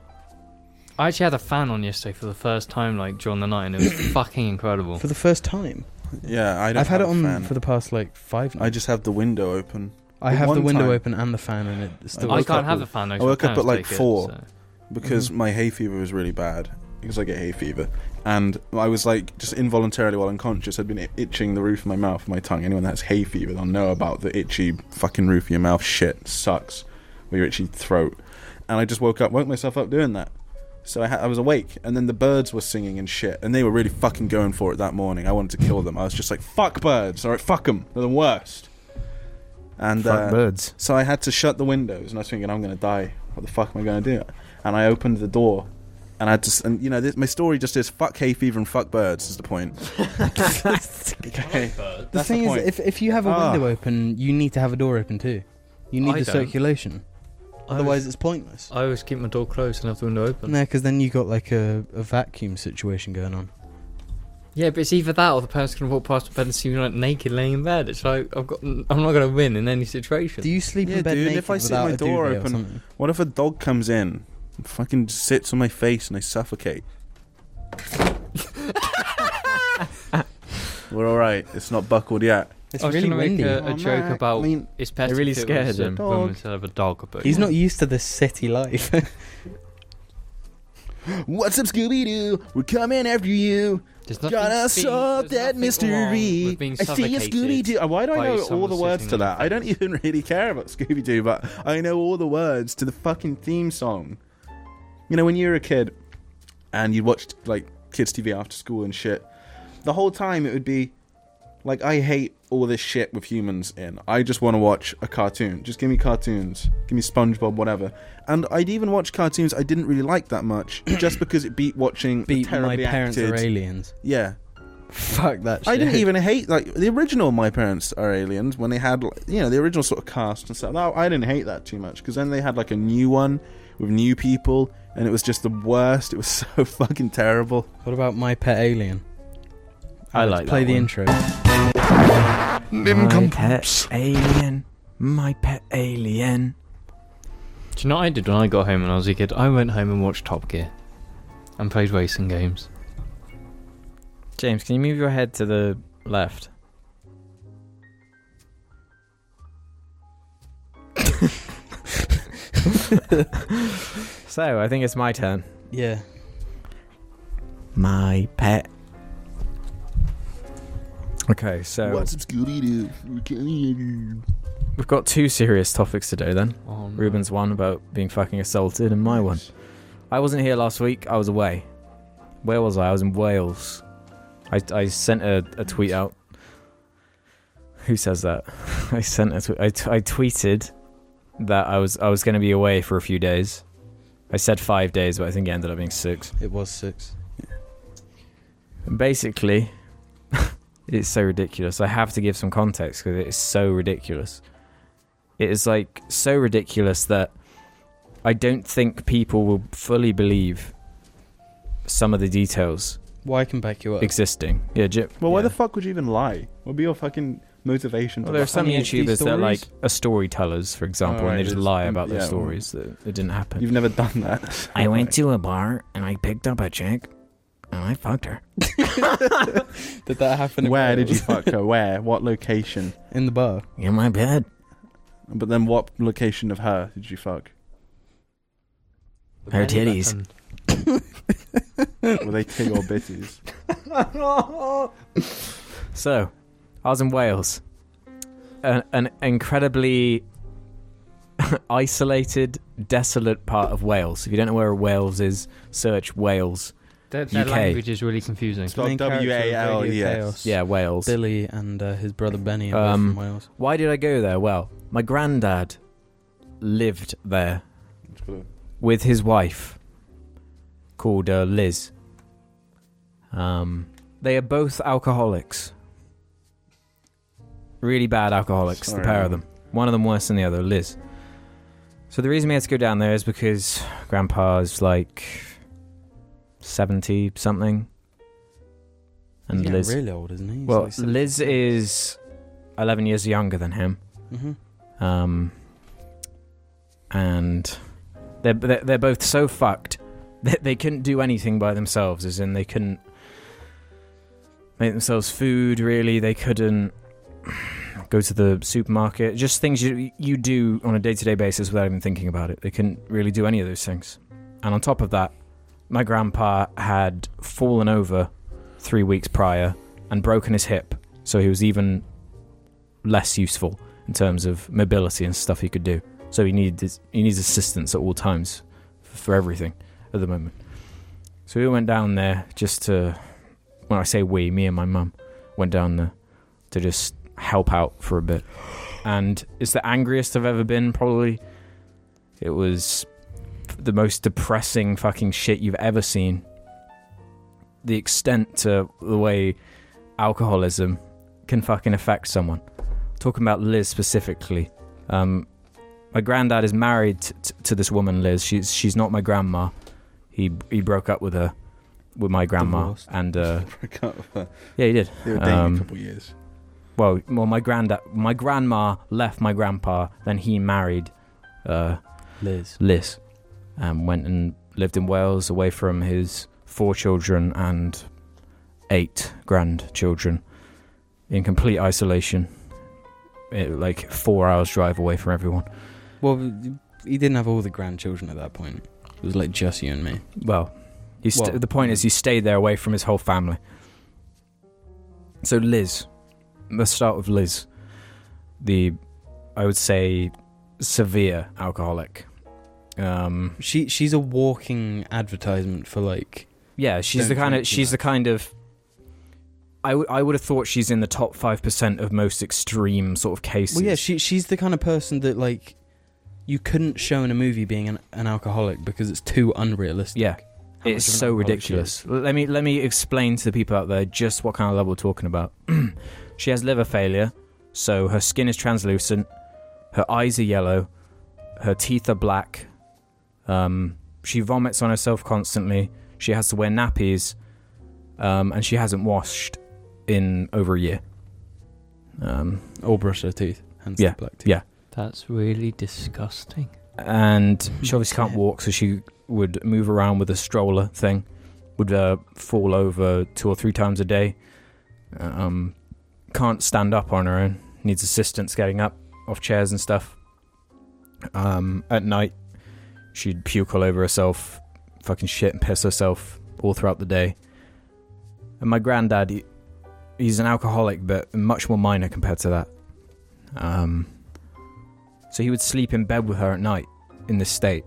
Speaker 4: I actually had a fan on yesterday for the first time, like during the night, and it was fucking incredible.
Speaker 3: For the first time,
Speaker 2: Yeah, I don't
Speaker 3: I've had it
Speaker 2: have a
Speaker 3: on
Speaker 2: fan.
Speaker 3: for the past like five.
Speaker 2: I
Speaker 3: Nights.
Speaker 2: just have the window open
Speaker 3: I,
Speaker 2: the
Speaker 3: have the
Speaker 2: one
Speaker 3: window
Speaker 2: time-
Speaker 3: open and the fan, and it still.
Speaker 2: I
Speaker 4: I
Speaker 2: woke
Speaker 4: can't
Speaker 2: up
Speaker 4: have
Speaker 2: at-
Speaker 4: the fan. though,
Speaker 2: I
Speaker 4: 'cause my
Speaker 2: woke up at,
Speaker 4: parents
Speaker 2: like,
Speaker 4: take it,
Speaker 2: four.
Speaker 4: so-
Speaker 2: because my hay fever was really bad because I get hay fever, and I was like just involuntarily while unconscious, I'd been i- itching the roof of my mouth, and my tongue. Anyone that has hay fever, they'll know about the itchy fucking roof of your mouth. Shit sucks with your itchy throat, and I just woke up, woke myself up doing that. So I, ha- I was awake, and then the birds were singing and shit, and they were really fucking going for it that morning. I wanted to kill them. I was just like, "Fuck birds! All right, fuck them. They're the worst." And
Speaker 1: Fuck
Speaker 2: uh,
Speaker 1: birds.
Speaker 2: so I had to shut the windows, and I was thinking, I'm going to die. What the fuck am I going to do? And I opened the door, and I just, and you know, this, my story just is fuck hay fever and fuck birds is the point. okay.
Speaker 3: The
Speaker 2: That's
Speaker 3: thing
Speaker 2: the
Speaker 3: is,
Speaker 2: point.
Speaker 3: if if you have a
Speaker 2: Ah.
Speaker 3: window open, you need to have a door open too. You need
Speaker 4: I
Speaker 3: the
Speaker 4: don't.
Speaker 3: circulation.
Speaker 4: I
Speaker 3: Otherwise,
Speaker 4: always-
Speaker 3: it's pointless.
Speaker 4: I always keep my door closed and have the window open.
Speaker 3: No, because then you got like a, a vacuum situation going on.
Speaker 4: Yeah, but it's either that or the person can walk past my bed and see me like naked laying in bed. It's like I've got, I'm not going to win in any situation.
Speaker 3: Do you sleep
Speaker 2: Yeah,
Speaker 3: in bed
Speaker 2: dude,
Speaker 3: naked
Speaker 2: if I sit
Speaker 3: without
Speaker 2: my
Speaker 3: a
Speaker 2: door
Speaker 3: duvet or
Speaker 2: open-
Speaker 3: something?
Speaker 2: What if a dog comes in, and fucking sits on my face, and I suffocate? We're all right. It's not buckled yet.
Speaker 3: It's
Speaker 4: I was
Speaker 3: really
Speaker 4: gonna make
Speaker 3: windy.
Speaker 4: a-
Speaker 1: Oh,
Speaker 4: a joke about
Speaker 2: I mean,
Speaker 4: it's better
Speaker 1: really
Speaker 4: if it
Speaker 1: scared
Speaker 4: was a
Speaker 1: him.
Speaker 4: woman
Speaker 2: Dog.
Speaker 4: instead of a dog. But
Speaker 3: He's not used to this city life.
Speaker 2: what's up, Scooby Doo? We're coming after you.
Speaker 4: There's nothing-
Speaker 2: Gotta
Speaker 4: there's
Speaker 2: solve that
Speaker 4: nothing wrong
Speaker 2: mystery.
Speaker 4: with being
Speaker 2: I see you,
Speaker 4: suffocated.
Speaker 2: Scooby Doo. Why do I
Speaker 4: by
Speaker 2: know all
Speaker 4: someone
Speaker 2: the words
Speaker 4: sitting
Speaker 2: to
Speaker 4: on
Speaker 2: that?
Speaker 4: your
Speaker 2: I don't
Speaker 4: face.
Speaker 2: even really care about Scooby Doo, but I know all the words to the fucking theme song. You know, when you were a kid and you watched like kids' TV after school and shit, the whole time it would be like, I hate all this shit with humans in. I just want to watch a cartoon. Just give me cartoons. Give me SpongeBob, whatever. And I'd even watch cartoons I didn't really like that much, just because it beat watching the
Speaker 3: Beat my
Speaker 2: terribly
Speaker 3: parents
Speaker 2: acted.
Speaker 3: are aliens.
Speaker 2: Yeah.
Speaker 3: Fuck that shit.
Speaker 2: I didn't even hate like the original. My parents are aliens when they had like, you know the original sort of cast and stuff. That, I didn't hate that too much because then they had like a new one with new people and it was just the worst. It was so fucking terrible.
Speaker 3: What about my pet alien?
Speaker 1: I
Speaker 3: Let's
Speaker 1: like
Speaker 3: Play
Speaker 1: that
Speaker 3: the
Speaker 1: one.
Speaker 3: intro.
Speaker 1: My pet alien. My pet alien.
Speaker 4: Do you know what I did when I got home when I was a kid? I went home and watched Top Gear and played racing games.
Speaker 1: James, can you move your head to the left? so I think it's my turn.
Speaker 3: Yeah.
Speaker 1: My pet. Okay, so
Speaker 2: What's up, Scooby Doo?
Speaker 1: we've got two serious topics today then.
Speaker 4: Oh, no.
Speaker 1: Ruben's one about being fucking assaulted, and my one. I wasn't here last week. I was away. Where was I? I was in Wales. I, I sent a, a tweet out. Who says that? I sent a tweet. I, t- I tweeted that I was I was going to be away for a few days. I said five days, but I think it ended up being six.
Speaker 3: It was six.
Speaker 1: Basically, it's so ridiculous. I have to give some context because it is so ridiculous. It is like so ridiculous that I don't think people will fully believe some of the details
Speaker 3: Well, I can back you up.
Speaker 1: existing. Yeah, Jip.
Speaker 2: Well, why
Speaker 3: Yeah.
Speaker 2: the fuck would you even lie? What would be your fucking motivation?
Speaker 1: Well,
Speaker 2: To
Speaker 1: there are
Speaker 2: lie?
Speaker 1: some
Speaker 3: Funny HD
Speaker 1: YouTubers that
Speaker 3: stories?
Speaker 1: like are storytellers, for example,
Speaker 2: Alright,
Speaker 1: and they just
Speaker 2: it's-
Speaker 1: lie
Speaker 2: um,
Speaker 1: about their
Speaker 2: yeah, well,
Speaker 1: stories that it didn't happen.
Speaker 2: You've never done that.
Speaker 1: I went to a bar and I picked up a chick and I fucked her.
Speaker 3: Did that happen? in
Speaker 2: Where did you
Speaker 3: Wales?
Speaker 2: fuck her? Where? What location?
Speaker 3: in the bar.
Speaker 1: In my bed.
Speaker 2: But then, what location of her did you fuck?
Speaker 4: The
Speaker 1: Her
Speaker 4: belly
Speaker 1: titties.
Speaker 4: button.
Speaker 2: Were they tig or bitties?
Speaker 1: so, I was in Wales, an, an incredibly isolated, desolate part of Wales. If you don't know where Wales is, search Wales.
Speaker 4: Their, their
Speaker 1: UK.
Speaker 4: language is really confusing.
Speaker 2: Spelled
Speaker 3: Main character of
Speaker 2: W.A.L.,
Speaker 3: Radio
Speaker 2: yes.
Speaker 3: Chaos.
Speaker 1: Yeah, Wales.
Speaker 3: Billy and uh, his brother Benny are
Speaker 1: Um,
Speaker 3: both from Wales.
Speaker 1: Why did I go there? Well, my granddad lived there with his wife called uh, Liz. Um, they are both alcoholics. Really bad alcoholics,
Speaker 2: Sorry,
Speaker 1: the pair of
Speaker 2: man.
Speaker 1: them. One of them worse than the other, Liz. So the reason we had to go down there is because Grandpa's like 70 something. And
Speaker 3: He's
Speaker 1: Liz.
Speaker 3: getting really old, isn't he? He's
Speaker 1: Well,
Speaker 3: like seven-
Speaker 1: Liz is 11 years younger than him
Speaker 3: Mhm.
Speaker 1: um, and they're, they're they're both so fucked they, they couldn't do anything by themselves, as in they couldn't make themselves food. Really, they couldn't go to the supermarket. Just things you you do on a day to day basis without even thinking about it. They couldn't really do any of those things. And on top of that, my grandpa had fallen over three weeks prior and broken his hip, so he was even less useful in terms of mobility and stuff he could do. So he needed he needs assistance at all times f- for everything at the moment. So we went down there just to when I say we, me and my mum went down there to just help out for a bit. And it's the angriest I've ever been probably. It was the most depressing fucking shit you've ever seen. The extent to the way alcoholism can fucking affect someone. Talking about Liz specifically, um, my granddad is married t- t- to this woman, Liz. She's she's not my grandma. He he broke up with her, with my grandma,
Speaker 3: Divorced.
Speaker 1: and uh,
Speaker 2: broke up. with her.
Speaker 1: yeah, he did.
Speaker 2: They were dating
Speaker 1: Um,
Speaker 2: a couple of years.
Speaker 1: Well, well, my granddad, my grandma left my grandpa. Then he married uh,
Speaker 3: Liz.
Speaker 1: Liz, and went and lived in Wales, away from his four children and eight grandchildren, in complete isolation, Eh, like four hours drive away from everyone.
Speaker 3: Well, he didn't have all the grandchildren at that point. It was like just you and me.
Speaker 1: Well, he st-
Speaker 3: Well-
Speaker 1: the point is he stayed there away from his whole family. So Liz, let's start with Liz, the I would say severe alcoholic. Um,
Speaker 3: She she's a walking advertisement for like
Speaker 1: yeah, she's the
Speaker 3: Don't
Speaker 1: kind
Speaker 3: drink
Speaker 1: of
Speaker 3: too
Speaker 1: she's the
Speaker 3: much.
Speaker 1: kind of. I, w- I would have thought she's in the top five percent of most extreme sort of cases.
Speaker 3: Well, yeah, she she's the kind of person that like you couldn't show in a movie being an, an alcoholic because it's too unrealistic.
Speaker 1: Yeah.
Speaker 3: How much
Speaker 1: It's
Speaker 3: of an
Speaker 1: so
Speaker 3: alcoholic she is.
Speaker 1: ridiculous. Let me let me explain to the people out there just what kind of level we're talking about. she has liver failure, so her skin is translucent, her eyes are yellow, her teeth are black. Um, she vomits on herself constantly. She has to wear nappies, um, and she hasn't washed in over a year. Um,
Speaker 3: Or brush her teeth. Hence
Speaker 1: Yeah,
Speaker 3: the black teeth.
Speaker 1: yeah.
Speaker 4: That's really disgusting.
Speaker 1: and she obviously can't
Speaker 3: Yeah.
Speaker 1: walk, so she would move around with a stroller thing, would uh, fall over two or three times a day, um, can't stand up on her own, needs assistance getting up off chairs and stuff. Um, at night, she'd puke all over herself, fucking shit and piss herself all throughout the day. And my granddad, he, he's an alcoholic, but much more minor compared to that. Um, so he would sleep in bed with her at night in this state,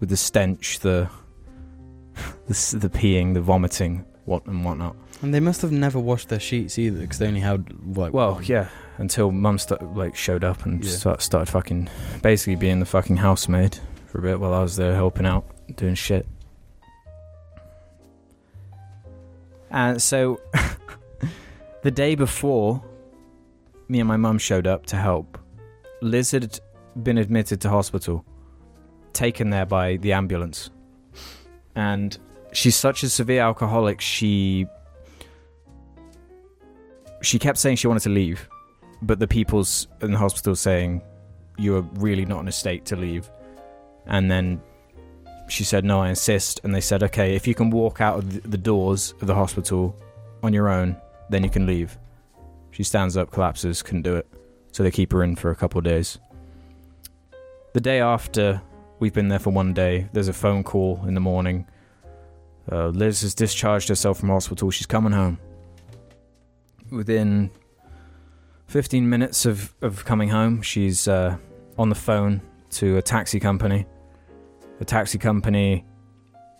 Speaker 1: with the stench, the the, s- the peeing, the vomiting, what and whatnot.
Speaker 3: And they must have never washed their sheets either because they only had like
Speaker 1: Well,
Speaker 3: one.
Speaker 1: yeah, until mum st- like showed up and
Speaker 3: Yeah.
Speaker 1: start, started fucking basically being the fucking housemaid for a bit while I was there helping out, doing shit. And so the day before me and my mum showed up to help, Liz had been admitted to hospital, taken there by the ambulance. And she's such a severe alcoholic, she she kept saying she wanted to leave, but the people's in the hospital saying you are really not in a state to leave. And then she said, "No, I insist." And they said, "Okay, if you can walk out of th- the doors of the hospital on your own, then you can leave." She stands up, collapses, couldn't do it, so they keep her in for a couple of days. The day after, we've been there for one day. There's a phone call in the morning. Uh, Liz has discharged herself from hospital. She's coming home within 15 minutes of, of coming home, she's uh, on the phone to a taxi company. The taxi company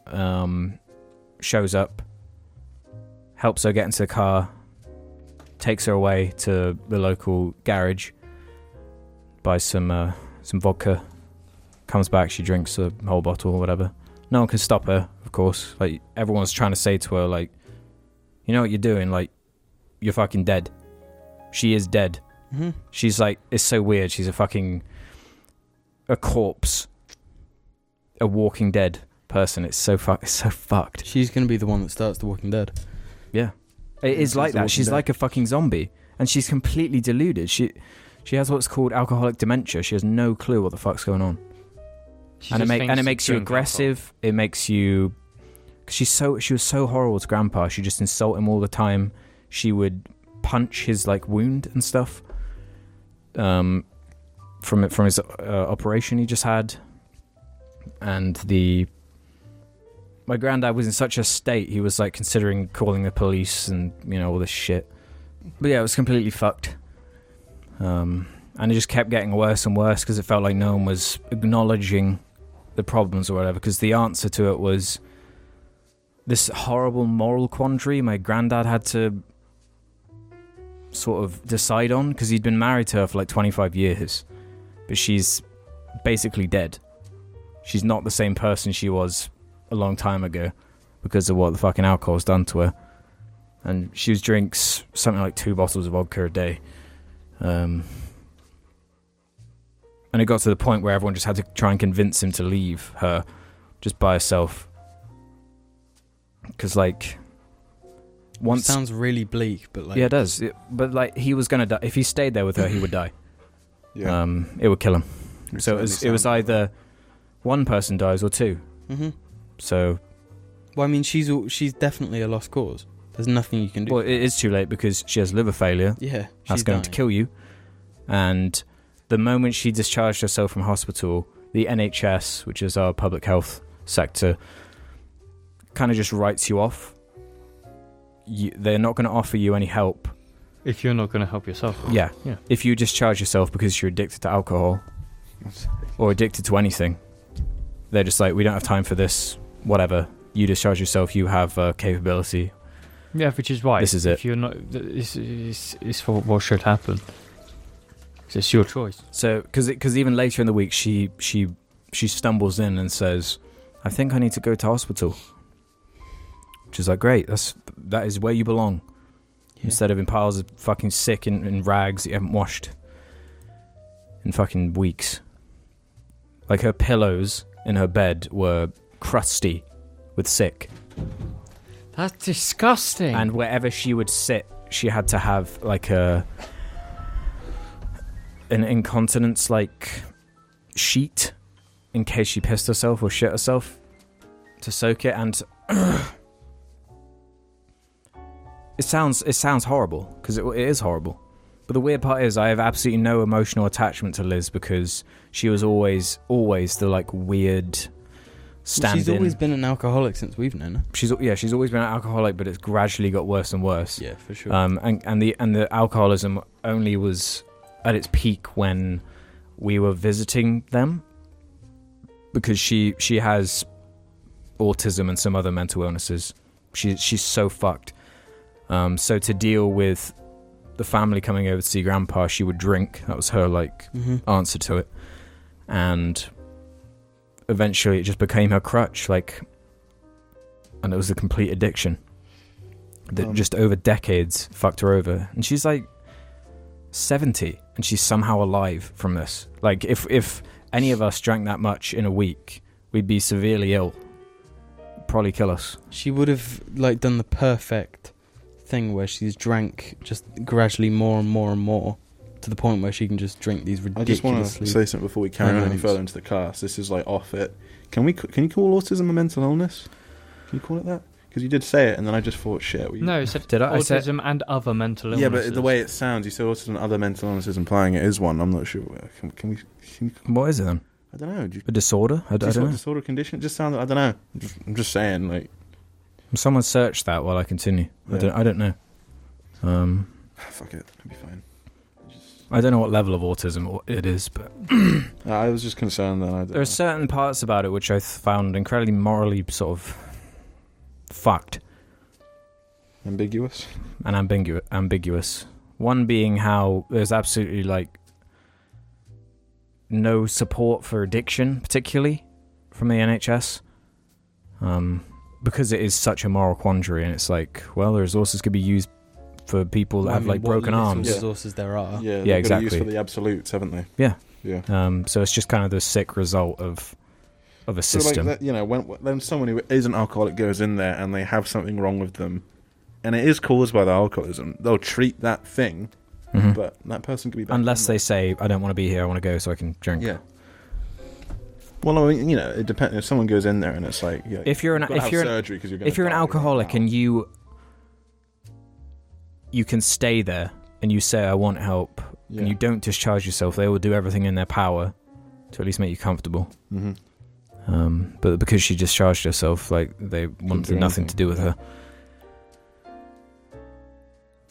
Speaker 1: um, shows up, helps her get into the car, takes her away to the local garage, buys some uh, some vodka, comes back, she drinks a whole bottle or whatever. No one can stop her, of course. Like everyone's trying to say to her, like, you know what you're doing, like you're fucking dead. She is dead.
Speaker 3: Mhm.
Speaker 1: She's like, it's so weird. She's a fucking, a corpse, a Walking Dead person. It's so fuck, it's so fucked.
Speaker 3: She's gonna be the one that starts The Walking Dead.
Speaker 1: It is
Speaker 2: She's
Speaker 1: like
Speaker 2: the Walking
Speaker 1: that. She's
Speaker 2: Dead.
Speaker 1: like a fucking zombie, and she's completely deluded. She, she has what's called alcoholic dementia. She has no clue what the fuck's going on.
Speaker 4: She
Speaker 1: and it
Speaker 4: just
Speaker 1: make,
Speaker 4: thinks
Speaker 1: and it
Speaker 4: she's
Speaker 1: makes you
Speaker 4: doing
Speaker 1: aggressive. It makes you. Cause she's so she was so horrible to Grandpa. She just insulted him all the time. She would punch his like wound and stuff. Um, from it from his uh, operation he just had, and the. My granddad was in such a state. He was like considering calling the police and you know all this shit. But yeah, it was completely fucked. Um, and it just kept getting worse and worse because it felt like no one was acknowledging the problems or whatever because the answer to it was this horrible moral quandary my granddad had to sort of decide on because he'd been married to her for like 25 years but she's basically dead she's not the same person she was a long time ago because of what the fucking alcohol's done to her and she was drinks something like two bottles of vodka a day um, and it got to the point where everyone just had to try and convince him to leave her just by herself because like once
Speaker 3: sounds really bleak, but like
Speaker 1: yeah it does It- but like he was gonna die if he stayed there with her he would die
Speaker 2: Yeah.
Speaker 1: um it would kill him
Speaker 2: It
Speaker 1: so it was it
Speaker 2: certainly
Speaker 1: was
Speaker 2: sounds-
Speaker 1: either one person dies or two
Speaker 3: hmm
Speaker 1: so
Speaker 3: Well, I mean, she's al- she's definitely a lost cause. There's nothing you can do.
Speaker 1: well it is too late because she has liver failure
Speaker 3: yeah,
Speaker 1: that's
Speaker 3: she's
Speaker 1: going to
Speaker 3: dying.
Speaker 1: kill you and the moment she discharged herself from hospital the NHS which is our public health sector kind of just writes you off you, they're not going to offer you any help
Speaker 4: alcohol. If you're not going to help yourself,
Speaker 1: yeah
Speaker 4: Yeah.
Speaker 1: if you discharge yourself because you're addicted to alcohol or addicted to anything. They're just like, we don't have time for this. Whatever. You discharge yourself. You have uh, capability.
Speaker 4: yeah, which is why
Speaker 1: This is it.
Speaker 4: If you're not, th- this is it's for what should happen. 'Cause It's your choice.
Speaker 1: So, because because even later in the week, she she she stumbles in and says, "I think I need to go to hospital." Which is like, great. That's that is where you belong.
Speaker 3: Yeah.
Speaker 1: Instead of in piles of fucking sick and, and rags that you haven't washed in fucking weeks. Like her pillows in her bed were crusty with sick.
Speaker 4: That's disgusting.
Speaker 1: and wherever she would sit she had to have like a an incontinence like sheet in case she pissed herself or shit herself to soak it and it sounds it sounds horrible because it, it is horrible but the weird part is i have absolutely no emotional attachment to liz because she was always always the like weird
Speaker 3: Well,
Speaker 1: stand
Speaker 3: she's always been an alcoholic since we've known her.
Speaker 1: she's yeah she's always been an alcoholic but it's gradually got worse and worse
Speaker 3: Yeah, for sure.
Speaker 1: um, and and the and the alcoholism only was at its peak when we were visiting them because she she has autism and some other mental illnesses. She she's so fucked. Um, so to deal with the family coming over to see grandpa, she would drink. That was her like
Speaker 3: hmm
Speaker 1: answer to it. And eventually it just became her crutch, like and it was a complete addiction. That
Speaker 2: Um,
Speaker 1: just over decades fucked her over. And she's like seventy and she's somehow alive from this. Like if if any of us drank that much in a week, we'd be severely ill. Probably kill us.
Speaker 3: She would have like done the perfect thing where she's drank just gradually more and more and more to the point where she can just drink these
Speaker 2: I just want
Speaker 3: ridiculously.
Speaker 2: to say something before we carry on any
Speaker 3: pronounced.
Speaker 2: further into the cast. This is like off it. Can we? c- Can you call autism a mental illness? Can you call it that? Because you did say it, and then I just thought, shit. we
Speaker 4: no, it said
Speaker 1: Did I- I
Speaker 4: autism
Speaker 1: said-
Speaker 4: and other mental
Speaker 2: Yeah,
Speaker 4: illnesses.
Speaker 2: but the way it sounds, you said autism and other mental illnesses implying it is one. I'm not sure. Can, can we? Can,
Speaker 1: What is it then?
Speaker 2: I don't know. Do you,
Speaker 1: A disorder? I, I
Speaker 2: do you
Speaker 1: don't
Speaker 2: sort of
Speaker 1: know.
Speaker 2: disorder condition? It just sounds. I don't know. I'm just, I'm just saying. Like
Speaker 1: Someone search that while I continue. I
Speaker 2: Yeah.
Speaker 1: don't I don't know. Um
Speaker 2: fuck it, it'll be fine.
Speaker 1: I don't know what level of autism au- it is, but
Speaker 2: Uh, I was just concerned that I. Don't
Speaker 1: there are certain parts about it which I th- found incredibly morally sort of fucked
Speaker 2: know. ambiguous.
Speaker 1: and ambigu- ambiguous. One being how there's absolutely like no support for addiction, particularly from the NHS, um, because it is such a moral quandary, and it's like, well, the resources could be used for people that
Speaker 3: Well, I
Speaker 1: have
Speaker 3: mean,
Speaker 1: like
Speaker 3: what
Speaker 1: broken
Speaker 3: little
Speaker 1: arms.
Speaker 3: Resources there are.
Speaker 2: yeah, they've
Speaker 1: yeah,
Speaker 2: got a Use
Speaker 1: exactly.
Speaker 2: for the absolutes, haven't they?
Speaker 1: Yeah.
Speaker 2: Yeah.
Speaker 1: Um, so it's just kind of the sick result of of a
Speaker 2: So
Speaker 1: system.
Speaker 2: like that, you know, when when someone who isn't alcoholic goes in there and they have something wrong with them, and it is caused by the alcoholism, they'll treat that thing, Mm-hmm.
Speaker 1: Mhm.
Speaker 2: but that person could be back
Speaker 1: Unless
Speaker 2: in
Speaker 1: they say, I don't want to be here, I want to go so I can drink.
Speaker 2: there. yeah. Well, I mean, you know, it depends. If someone goes in there and it's like, yeah,
Speaker 1: If you're an
Speaker 2: you've gotta
Speaker 1: if
Speaker 2: have
Speaker 1: you're an,
Speaker 2: surgery 'cause you're gonna
Speaker 1: if you're an
Speaker 2: die.
Speaker 1: alcoholic and you you can stay there and you say I want help
Speaker 2: yeah.
Speaker 1: and you don't discharge yourself, they will do everything in their power to at least make you comfortable.
Speaker 2: Mhm.
Speaker 1: Um, but because she discharged herself, like they wanted
Speaker 3: do
Speaker 1: nothing
Speaker 3: anything.
Speaker 1: to do with her.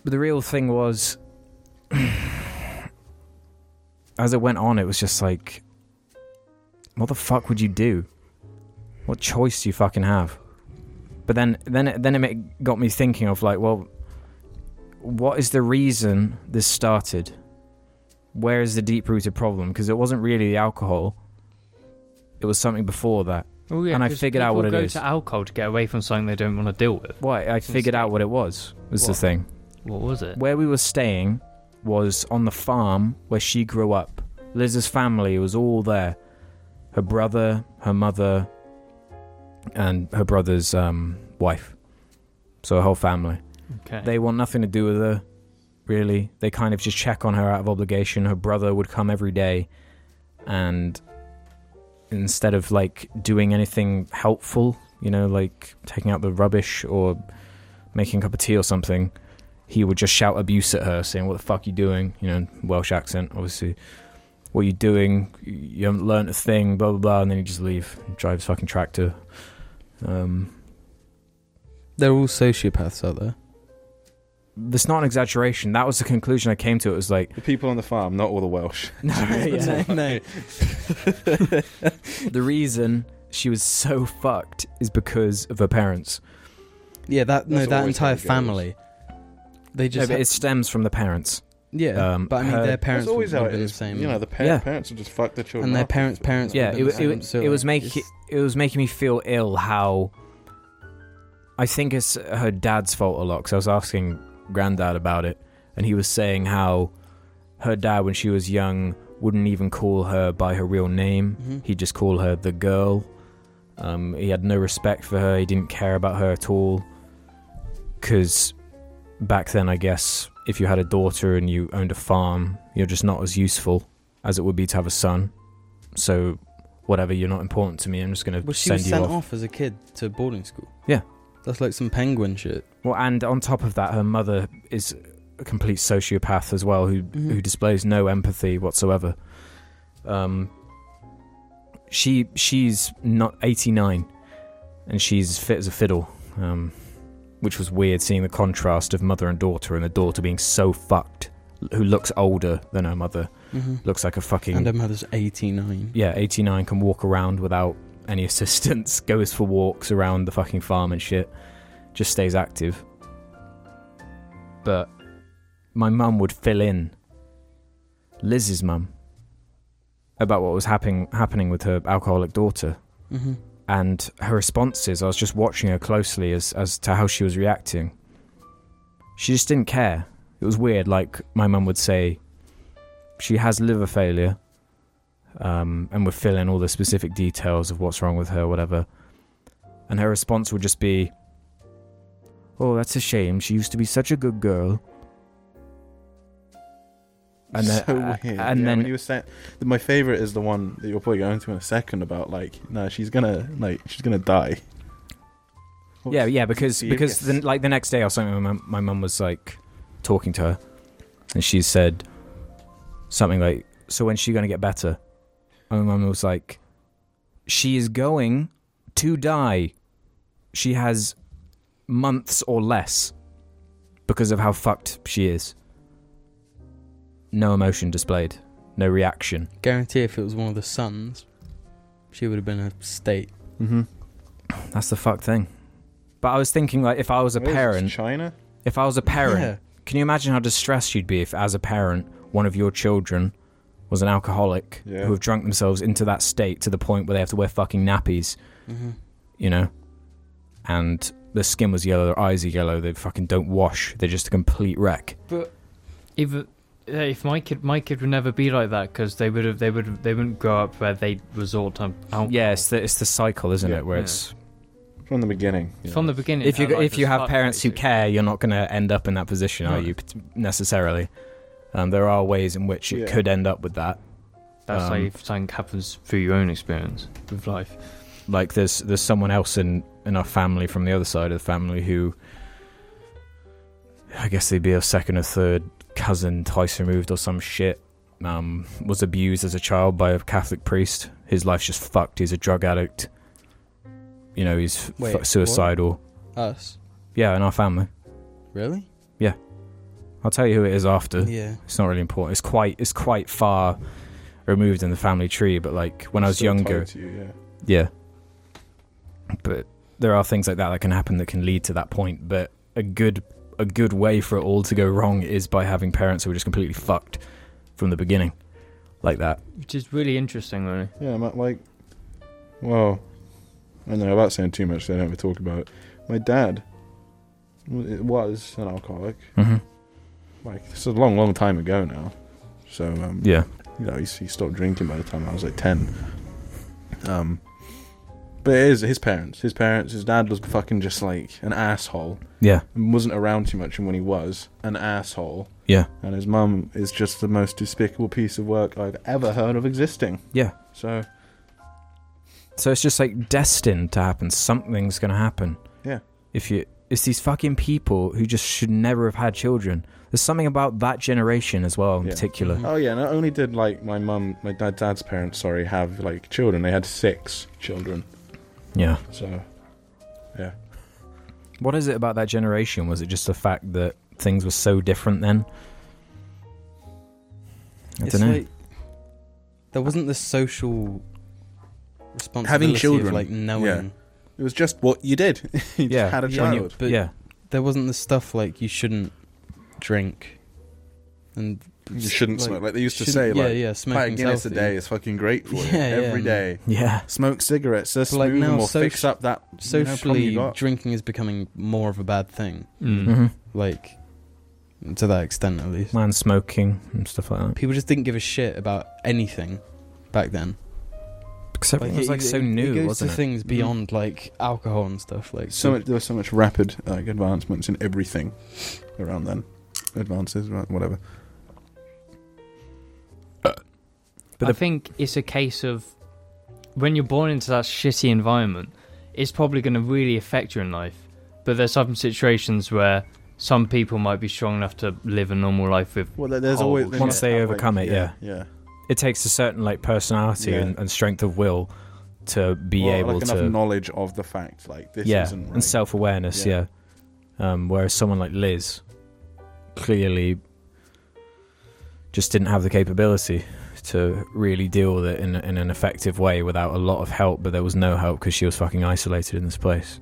Speaker 1: But the real thing was, as it went on, it was just like, what the fuck would you do? What choice do you fucking have? But then, then, it, then it ma- got me thinking of like, well, what is the reason this started? Where is the deep-rooted problem? Because it wasn't really the alcohol; it was something before that.
Speaker 4: Oh, yeah,
Speaker 1: And I
Speaker 4: 'cause
Speaker 1: figured out what
Speaker 4: people
Speaker 1: it
Speaker 4: go
Speaker 1: is.
Speaker 4: to alcohol to get away from something they don't want to deal with.
Speaker 1: Why? I
Speaker 4: Some
Speaker 1: figured
Speaker 4: steak.
Speaker 1: out what it was. Was the
Speaker 4: What?
Speaker 1: thing
Speaker 4: What was it?
Speaker 1: where we were staying was on the farm where she grew up. Liz's family was all there. Her brother, her mother, and her brother's um, wife. So her whole family.
Speaker 4: Okay.
Speaker 1: They want nothing to do with her, really. They kind of just check on her out of obligation. Her brother would come every day, and instead of like doing anything helpful, you know, like taking out the rubbish or making a cup of tea or something, he would just shout abuse at her, saying, "What the fuck you doing?" You know, Welsh accent, obviously. What you doing? You haven't learnt a thing, blah blah blah, and then he just leave, drive his fucking tractor. Um,
Speaker 3: They're all sociopaths out there.
Speaker 1: that's not an exaggeration. That was the conclusion I came to. It was like
Speaker 2: the people on the farm, not all the Welsh.
Speaker 1: no, yeah.
Speaker 3: no, no.
Speaker 1: the reason she was so fucked is because of her parents.
Speaker 3: Yeah, that no,
Speaker 2: That's
Speaker 3: that
Speaker 2: always
Speaker 3: entire
Speaker 2: how it goes.
Speaker 3: family. They
Speaker 1: No,
Speaker 3: just
Speaker 1: but
Speaker 3: ha-
Speaker 1: it stems from the parents.
Speaker 3: yeah,
Speaker 1: um,
Speaker 3: but I mean
Speaker 1: her-
Speaker 3: their
Speaker 2: That's
Speaker 3: parents would
Speaker 2: always how
Speaker 3: have
Speaker 2: it
Speaker 3: been the
Speaker 2: is.
Speaker 3: same.
Speaker 2: You know, the par-
Speaker 1: Yeah.
Speaker 2: parents will just fuck their children.
Speaker 3: and their
Speaker 2: up.
Speaker 3: parents' parents.
Speaker 1: Yeah,
Speaker 3: would
Speaker 1: it,
Speaker 3: have
Speaker 1: wa-
Speaker 3: been the
Speaker 1: it,
Speaker 3: same,
Speaker 1: wa-
Speaker 3: so,
Speaker 1: it was
Speaker 3: like,
Speaker 1: making
Speaker 3: it's-
Speaker 1: it was making me feel ill. How I think it's her dad's fault a lot. Because I was asking granddad about it, and he was saying how her dad, when she was young, wouldn't even call her by her real name.
Speaker 3: Mhm.
Speaker 1: He'd just call her the girl. Um, he had no respect for her. He didn't care about her at all. Because back then, I guess, if you had a daughter and you owned a farm, you're just not as useful as it would be to have a son. So, whatever, you're not important to me. I'm just going to
Speaker 3: Well, she
Speaker 1: send
Speaker 3: was
Speaker 1: you
Speaker 3: sent
Speaker 1: off.
Speaker 3: off. as a kid to boarding school.
Speaker 1: Yeah.
Speaker 3: that's like some penguin shit.
Speaker 1: Well, and on top of that, her mother is a complete sociopath as well, who
Speaker 3: Mhm.
Speaker 1: who displays no empathy whatsoever. Um, she she's not eighty nine, and she's fit as a fiddle. Um, which was weird, seeing the contrast of mother and daughter, and the daughter being so fucked, who looks older than her mother,
Speaker 3: Mm-hmm.
Speaker 1: looks like a fucking
Speaker 3: And her mother's eighty nine.
Speaker 1: yeah, 89 can walk around without any assistance, goes for walks around the fucking farm and shit, just stays active. But my mum would fill in Liz's mum about what was happening happening with her alcoholic daughter
Speaker 3: Mm-hmm.
Speaker 1: and her responses. I was just watching her closely as as to how she was reacting. She just didn't care. It was weird. Like my mum would say, she has liver failure, um, and would fill in all the specific details of what's wrong with her, whatever. And her response would just be, "Oh, that's a shame. She used to be such a good girl." And then,
Speaker 2: so
Speaker 1: uh,
Speaker 2: weird.
Speaker 1: and
Speaker 2: yeah,
Speaker 1: then
Speaker 2: when you were saying, my favorite is the one that you'll probably go into in a second about like, no, she's gonna like, she's gonna die.
Speaker 1: Yeah, yeah, because because
Speaker 2: serious?
Speaker 1: the, like the next day or something, my mum- my mum was like talking to her, and she said something like, "So when's she going to get better?" And my mum was like, "She is going to die. She has months or less because of how fucked she is. No emotion displayed, no reaction.
Speaker 3: Guarantee if it was one of the sons, she would have been a state.
Speaker 2: Mm-hmm.
Speaker 1: That's the fuck thing." But I was thinking like, if I was a parent,
Speaker 2: China.
Speaker 1: if I was a parent.
Speaker 3: Yeah.
Speaker 1: Can you imagine how distressed you'd be if, as a parent, one of your children was an alcoholic
Speaker 2: Yeah.
Speaker 1: who have drunk themselves into that state to the point where they have to wear fucking nappies,
Speaker 3: Mhm.
Speaker 1: you know? And their skin was yellow, their eyes are yellow, they fucking don't wash, they're just a complete wreck.
Speaker 4: Even uh, if my kid, my kid would never be like that because they would have, they would, they wouldn't grow up where they resort to alcohol.
Speaker 1: Yeah, it's the, it's the cycle, isn't
Speaker 2: Yeah.
Speaker 1: it? Where
Speaker 4: Yeah.
Speaker 1: it's
Speaker 2: From the beginning. you
Speaker 4: from
Speaker 2: know.
Speaker 4: the beginning.
Speaker 1: if you
Speaker 4: their
Speaker 1: go-
Speaker 4: life
Speaker 1: if you
Speaker 4: is
Speaker 1: have
Speaker 4: fucked,
Speaker 1: parents who
Speaker 4: basically.
Speaker 1: care, you're not going to end up in that position, are
Speaker 4: No.
Speaker 1: you? p- Necessarily, um, there are ways in which it
Speaker 2: Yeah.
Speaker 1: could end up with that,
Speaker 4: That's
Speaker 1: Um,
Speaker 4: like if something happens through your own experience with life.
Speaker 1: like there's there's someone else in in our family from the other side of the family who I guess they'd be a second or third cousin twice removed or some shit um was abused as a child by a Catholic priest his life's just fucked he's a drug addict you know he's f-
Speaker 3: Wait, what?
Speaker 1: suicidal
Speaker 3: Us.
Speaker 1: yeah in our family
Speaker 3: Really?
Speaker 1: I'll tell you who it is after
Speaker 3: Yeah.
Speaker 1: it's not really important it's quite it's quite far removed in the family tree but like when I was
Speaker 2: Still tied
Speaker 1: younger
Speaker 2: to you, yeah.
Speaker 1: Yeah. But there are things like that that can happen that can lead to that point. But a good a good way for it all to go wrong is by having parents who are just completely fucked from the beginning, like that.
Speaker 4: Which is really interesting, really.
Speaker 2: Yeah, my, like, well, I know about saying too much, so I don't ever talk about it. My dad w- was an alcoholic.
Speaker 1: Mm-hmm.
Speaker 2: Like, this is a long, long time ago now. So, um,
Speaker 1: Yeah.
Speaker 2: you know, he, he stopped drinking by the time I was like 10. Um, but it is his parents. His parents, his dad was fucking just like an asshole.
Speaker 1: Yeah.
Speaker 2: and wasn't around too much, and when he was, an asshole.
Speaker 1: Yeah.
Speaker 2: And his mum is just the most despicable piece of work I've ever heard of existing.
Speaker 1: Yeah.
Speaker 2: So
Speaker 1: So it's just like destined to happen. Something's gonna happen.
Speaker 2: Yeah.
Speaker 1: If you, it's these fucking people who just should never have had children. There's something about that generation as well, in
Speaker 2: Yeah.
Speaker 1: particular.
Speaker 3: Mhm.
Speaker 2: Oh yeah, not only did like my mum, my dad, dad's parents, sorry, have like children. They had six children. Mm-hmm.
Speaker 1: Yeah.
Speaker 2: So
Speaker 1: What is it about that generation? Was it just the fact that things were so different then? I
Speaker 3: It's
Speaker 1: don't know.
Speaker 3: like there wasn't the social responsibility
Speaker 2: children,
Speaker 3: of like knowing.
Speaker 2: yeah. it was just what you did. you
Speaker 1: Yeah.
Speaker 2: just had a
Speaker 3: Yeah.
Speaker 2: child.
Speaker 3: But
Speaker 1: yeah,
Speaker 3: there wasn't the stuff like you shouldn't drink, and
Speaker 2: you shouldn't
Speaker 3: like,
Speaker 2: smoke. Like they used to say,
Speaker 3: shouldn't- yeah,
Speaker 2: like
Speaker 3: yeah,
Speaker 2: pint
Speaker 3: smoking
Speaker 2: of Guinness a day is fucking great for you
Speaker 3: Yeah, yeah,
Speaker 2: every
Speaker 3: and
Speaker 2: day.
Speaker 1: yeah,
Speaker 2: Smoke cigarettes, just
Speaker 3: But, like,
Speaker 2: smooth them
Speaker 3: now
Speaker 2: or
Speaker 3: soc-
Speaker 2: fix up that you know, problem
Speaker 3: Socially,
Speaker 2: you got.
Speaker 3: drinking is becoming more of a bad thing.
Speaker 1: hmm
Speaker 3: Like to that extent, at least.
Speaker 1: land smoking and stuff like that.
Speaker 3: People just didn't give a shit about anything back then.
Speaker 1: Except it was like so
Speaker 3: it
Speaker 1: new,
Speaker 3: goes
Speaker 1: wasn't it?
Speaker 3: to
Speaker 1: Mm.
Speaker 3: things beyond like alcohol and stuff. Like
Speaker 2: so much, there was so much rapid like advancements in everything around then. Advances, right, whatever.
Speaker 1: But
Speaker 4: I
Speaker 1: the-
Speaker 4: think it's a case of when you're born into that shitty environment, it's probably going to really affect you in life. But there's some situations where some people might be strong enough to live a normal life with.
Speaker 2: Well, there's
Speaker 4: Oh,
Speaker 2: always
Speaker 1: once they overcome it, yeah.
Speaker 2: yeah.
Speaker 1: It takes a certain like personality
Speaker 2: Yeah.
Speaker 1: and, and strength of will to be
Speaker 2: Or,
Speaker 1: able
Speaker 2: like
Speaker 1: to,
Speaker 2: enough knowledge of the fact, like this
Speaker 1: yeah,
Speaker 2: isn't right.
Speaker 1: and self awareness,
Speaker 2: Yeah.
Speaker 1: yeah. Um, whereas someone like Liz clearly just didn't have the capability to really deal with it in in an effective way without a lot of help. But there was no help because she was fucking isolated in this place.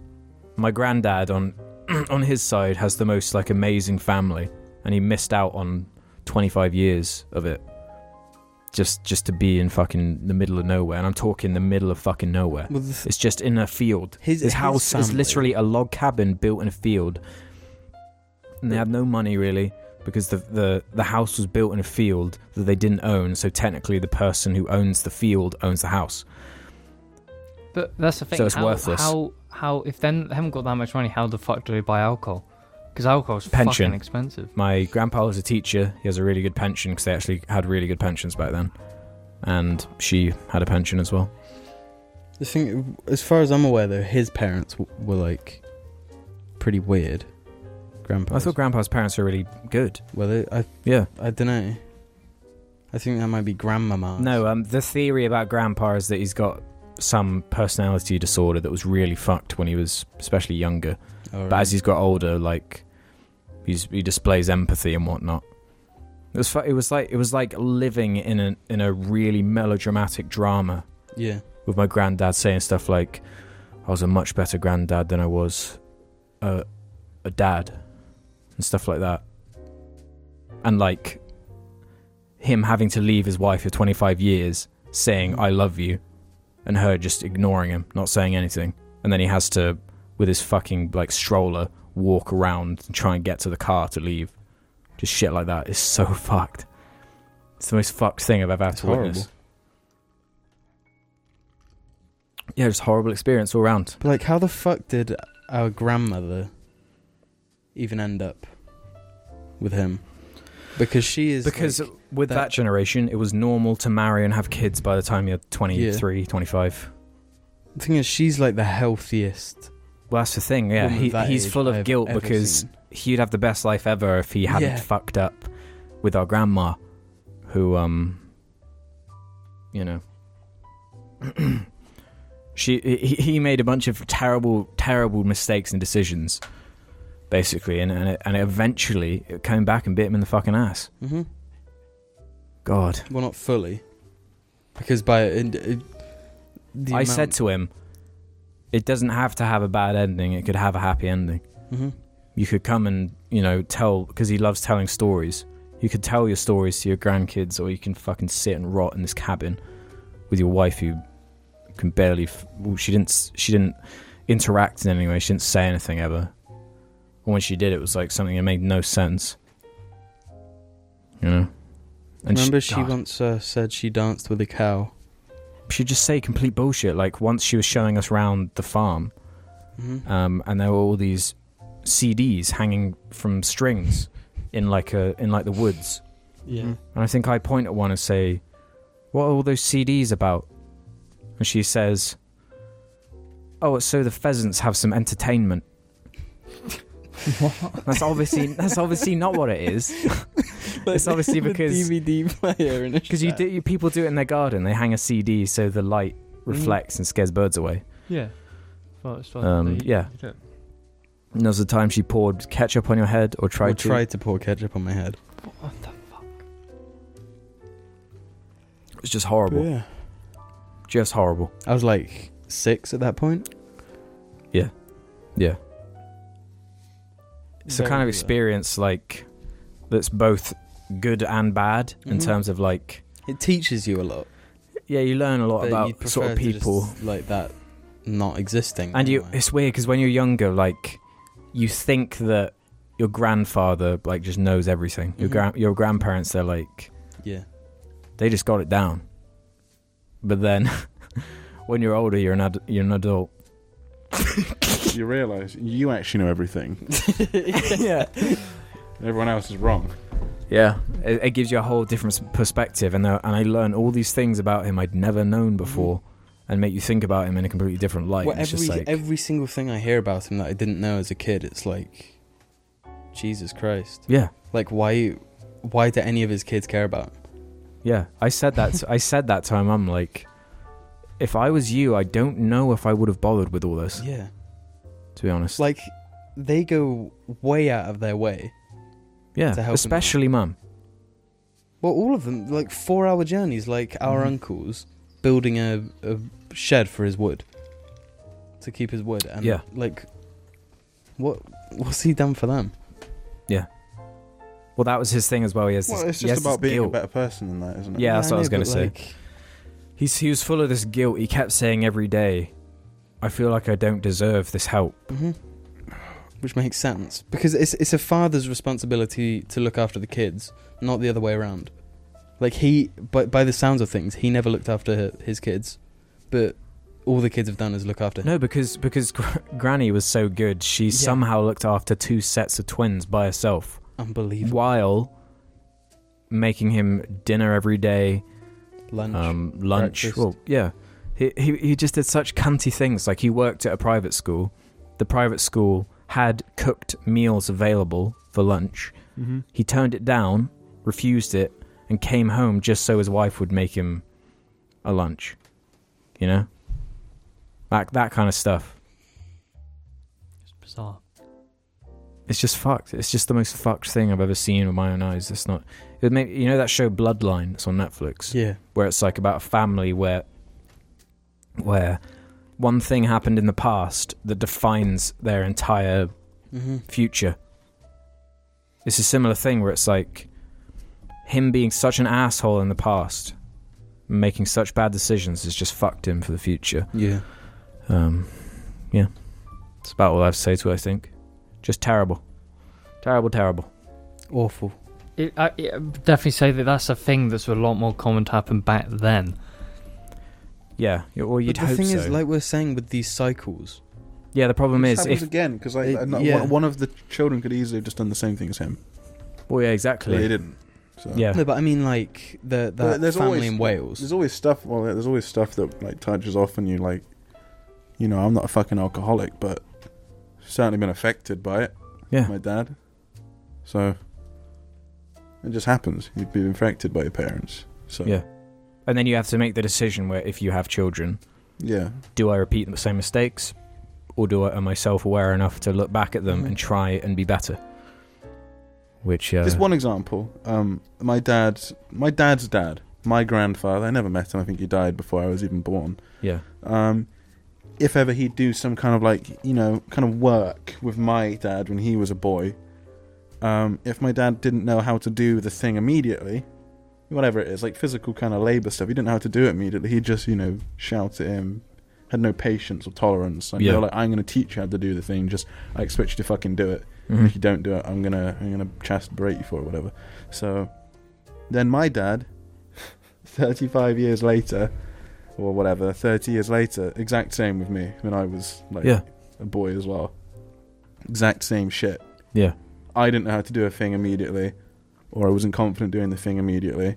Speaker 1: My granddad on on his side has the most like amazing family, and he missed out on 25 years of it just just to be in fucking the middle of nowhere. And I'm talking the middle of fucking nowhere.
Speaker 3: Well, the th-
Speaker 1: It's just in a field.
Speaker 3: His-
Speaker 1: His,
Speaker 3: his
Speaker 1: house is
Speaker 3: family-
Speaker 1: literally a log cabin built in a field. And they had no money really because the, the, the house was built in a field that they didn't own. So technically, the person who owns the field owns the house.
Speaker 4: But that's the thing.
Speaker 1: So it's
Speaker 4: how,
Speaker 1: worthless.
Speaker 4: How how if then they haven't got that much money, how the fuck do they buy alcohol? Because alcohol's
Speaker 1: Pension.
Speaker 4: fucking expensive.
Speaker 1: My grandpa was a teacher. He has a really good pension because they actually had really good pensions back then. And she had a pension as well.
Speaker 3: The thing, as far as I'm aware, though, his parents w- were like pretty weird. Grandpa.
Speaker 1: I thought grandpa's parents were really good.
Speaker 3: Were they? I
Speaker 1: Yeah.
Speaker 3: I don't know. I think that might be grandmama.
Speaker 1: No, um, the theory about Grandpa is that he's got some personality disorder that was really fucked when he was, especially younger.
Speaker 3: Oh,
Speaker 1: But as he's got older, like he's he displays empathy and whatnot. It was fu- it was like it was like living in a in a really melodramatic drama
Speaker 3: yeah.
Speaker 1: with my granddad saying stuff like, "I was a much better granddad than I was a a dad," and stuff like that, and like him having to leave his wife for 25 years, saying "I love you," and her just ignoring him, not saying anything, and then he has to, with his fucking like stroller, walk around and try and get to the car to leave, just shit like that is so fucked. It's the most fucked thing I've ever had
Speaker 3: It's
Speaker 1: to witness.
Speaker 3: horrible.
Speaker 1: Yeah, just horrible experience all round.
Speaker 3: But like, how the fuck did our grandmother even end up with him? because she is
Speaker 1: because
Speaker 3: like,
Speaker 1: with that,
Speaker 3: that-
Speaker 1: generation, it was normal to marry and have kids by the time you're 23, 25.
Speaker 3: the thing is she's like the healthiest.
Speaker 1: Well, that's the thing. Yeah,
Speaker 3: woman
Speaker 1: he,
Speaker 3: of that
Speaker 1: he's
Speaker 3: age
Speaker 1: full of
Speaker 3: I've
Speaker 1: guilt
Speaker 3: ever
Speaker 1: because
Speaker 3: seen.
Speaker 1: he'd have the best life ever if he hadn't
Speaker 3: Yeah.
Speaker 1: fucked up with our grandma, who, um, you know, she he, he made a bunch of terrible, terrible mistakes and decisions, basically, and and it, and it eventually it came back and bit him in the fucking ass.
Speaker 3: Mhm.
Speaker 1: God,
Speaker 3: Well, not fully, because by and, uh, the
Speaker 1: I said to him, it doesn't have to have a bad ending. It could have a happy ending.
Speaker 3: hmm
Speaker 1: you could come and you know tell because he loves telling stories you could tell your stories to your grandkids or you can fucking sit and rot in this cabin with your wife who can barely f- well, she didn't s- she didn't interact in any way she didn't say anything ever and when she did it was like something that made no sense you know and
Speaker 3: Remember, she,
Speaker 1: God,
Speaker 3: once uh, said she danced with a cow.
Speaker 1: she'd just say complete bullshit like once she was showing us round the farm
Speaker 3: hmm
Speaker 1: um, and there were all these CDs hanging from strings in like a in like the woods.
Speaker 3: yeah,
Speaker 2: Mhm.
Speaker 1: And I think I point at one and say, "What are all those CDs about?" And she says, "Oh, it's so the pheasants have some entertainment." That's obviously that's obviously not what it is. It's obviously because-
Speaker 3: DVD player in
Speaker 1: Because you, do- you people do it in their garden. They hang a CD so the light reflects and scares birds away.
Speaker 4: Yeah. Well, it's fine.
Speaker 1: Um,
Speaker 4: They-
Speaker 1: yeah.
Speaker 4: they don't-
Speaker 1: And there was the time she poured ketchup on your head or tried
Speaker 3: tried,
Speaker 1: to.
Speaker 3: tried to pour ketchup on my head.
Speaker 4: What the fuck?
Speaker 1: It was just horrible.
Speaker 2: Yeah.
Speaker 1: Just horrible.
Speaker 3: I was like six at that point.
Speaker 1: Yeah. Yeah. it's a
Speaker 3: Very uh,
Speaker 1: kind of
Speaker 3: low.
Speaker 1: experience like that's both good and bad in
Speaker 3: Mhm.
Speaker 1: terms of like
Speaker 3: It teaches you a lot.
Speaker 1: yeah you learn a lot
Speaker 3: but you'd
Speaker 1: about
Speaker 3: prefer
Speaker 1: sort of
Speaker 3: to just,
Speaker 1: people
Speaker 3: like that not existing.
Speaker 1: and you
Speaker 3: don't
Speaker 1: it's weird because when you're younger like you think that your grandfather like just knows everything your
Speaker 3: Mhm.
Speaker 1: grand your grandparents they're like
Speaker 3: yeah.
Speaker 1: they just got it down but then when you're older you're an ad- you're an adult
Speaker 2: You realise you actually know everything.
Speaker 1: yeah
Speaker 2: Everyone else is wrong.
Speaker 1: Yeah, it, it gives you a whole different s- perspective, and uh, and I learn all these things about him I'd never
Speaker 2: Mm-hmm.
Speaker 1: known before, and make you think about him in a completely different light.
Speaker 3: well,
Speaker 1: it's
Speaker 3: every
Speaker 1: just like,
Speaker 3: every single thing I hear about him that I didn't know as a kid, it's like, Jesus Christ!
Speaker 1: yeah,
Speaker 3: Like, why, why do any of his kids care about? Him?
Speaker 1: yeah. I said that. to- I said that to my mum. Like, if I was you, I don't know if I would have bothered with all this.
Speaker 3: Yeah,
Speaker 1: To be honest,
Speaker 3: like they go way out of their way.
Speaker 1: yeah,
Speaker 3: to help him out.
Speaker 1: especially mum.
Speaker 3: Well, all of them, like four-hour journeys, like our
Speaker 1: Mhm.
Speaker 3: uncle's building a, a shed for his wood to keep his wood, and
Speaker 1: Yeah.
Speaker 3: like, what what's he done for them?
Speaker 1: Well, that was his thing as well. He has
Speaker 2: Well,
Speaker 1: this,
Speaker 2: it's
Speaker 1: he
Speaker 2: just
Speaker 1: has this
Speaker 2: about being
Speaker 1: guilt.
Speaker 2: a better person than that, isn't it?
Speaker 1: Yeah, that's what I was
Speaker 3: know,
Speaker 1: gonna
Speaker 3: but,
Speaker 1: say.
Speaker 3: like,
Speaker 1: He's he was full of this guilt. He kept saying every day, "I feel like I don't deserve this help."
Speaker 3: hmm Which makes sense because it's it's a father's responsibility to look after the kids, not the other way around. Like he, by by the sounds of things, he never looked after hi- his kids, but all the kids have done is look after him.
Speaker 1: No, because because gr- Granny was so good, she
Speaker 3: Yeah.
Speaker 1: somehow looked after two sets of twins by herself
Speaker 3: Unbelievable.
Speaker 1: while making him dinner every day,
Speaker 3: Lunch.
Speaker 1: um, lunch.
Speaker 3: breakfast.
Speaker 1: Well, yeah, he, he he just did such cunty things. Like he worked at a private school. The private school had cooked meals available for lunch.
Speaker 2: Mm-hmm.
Speaker 1: He turned it down, refused it, and came home just so his wife would make him a lunch. You know, that that kind of stuff.
Speaker 4: It's bizarre.
Speaker 1: it's just fucked. It's just the most fucked thing I've ever seen with my own eyes. It's not. It may, you know that show Bloodline that's on Netflix,
Speaker 3: yeah.
Speaker 1: where it's like about a family where, where, one thing happened in the past that defines their entire
Speaker 3: Mm-hmm.
Speaker 1: future. It's a similar thing where it's like, him being such an asshole in the past, making such bad decisions, has just fucked him for the future.
Speaker 3: Yeah.
Speaker 1: Um, yeah, it's about all I have to say to it. I think, just terrible, terrible, terrible.
Speaker 3: Awful.
Speaker 4: It, I, it, I would definitely say that that's a thing that's a lot more common to happen back then.
Speaker 1: Yeah, y- or you'd
Speaker 3: but the
Speaker 1: hope
Speaker 3: thing
Speaker 1: so.
Speaker 3: is, like we're saying with these cycles,
Speaker 1: yeah, the problem
Speaker 2: This
Speaker 1: is
Speaker 2: happens
Speaker 1: if
Speaker 2: again because like,
Speaker 3: It-
Speaker 2: uh, no-
Speaker 3: yeah.
Speaker 2: one- one of the children could easily have just done the same thing as him.
Speaker 1: Well, yeah,
Speaker 2: They
Speaker 1: exactly.
Speaker 2: didn't. So.
Speaker 1: Yeah.
Speaker 3: No, but I mean like the
Speaker 2: But
Speaker 3: that family in Wales.
Speaker 2: There's always stuff. Well, there's always stuff that like touches off on you. Like, you know, I'm not a fucking alcoholic, but certainly been affected by it.
Speaker 1: Yeah.
Speaker 2: my dad. So it just happens. You've been infected by your parents. So
Speaker 1: Yeah. And then you have to make the decision where if you have children,
Speaker 2: yeah,
Speaker 1: do I repeat the same mistakes, or do I am I self aware enough to look back at them
Speaker 3: Mhm.
Speaker 1: and try and be better? Which uh,
Speaker 2: Just one example. Um, my dad's my dad's dad, my grandfather. I never met him. I think he died before I was even born.
Speaker 1: yeah,
Speaker 2: um, if ever he'd do some kind of like you know kind of work with my dad when he was a boy um, if my dad didn't know how to do the thing immediately whatever it is like physical kind of labor stuff he didn't know how to do it immediately he'd just you know shout at him had no patience or tolerance like, they
Speaker 1: Yeah.
Speaker 2: were like i'm going to teach you how to do the thing just i expect you to fucking do it if you
Speaker 1: Mhm.
Speaker 2: don't do it, I'm gonna I'm gonna chastberate you for it, whatever. So then my dad, 35 years later, or whatever, 30 years later, exact same with me when I was like
Speaker 1: Yeah.
Speaker 2: a boy as well. Exact same shit.
Speaker 1: yeah,
Speaker 2: I didn't know how to do a thing immediately, or I wasn't confident doing the thing immediately,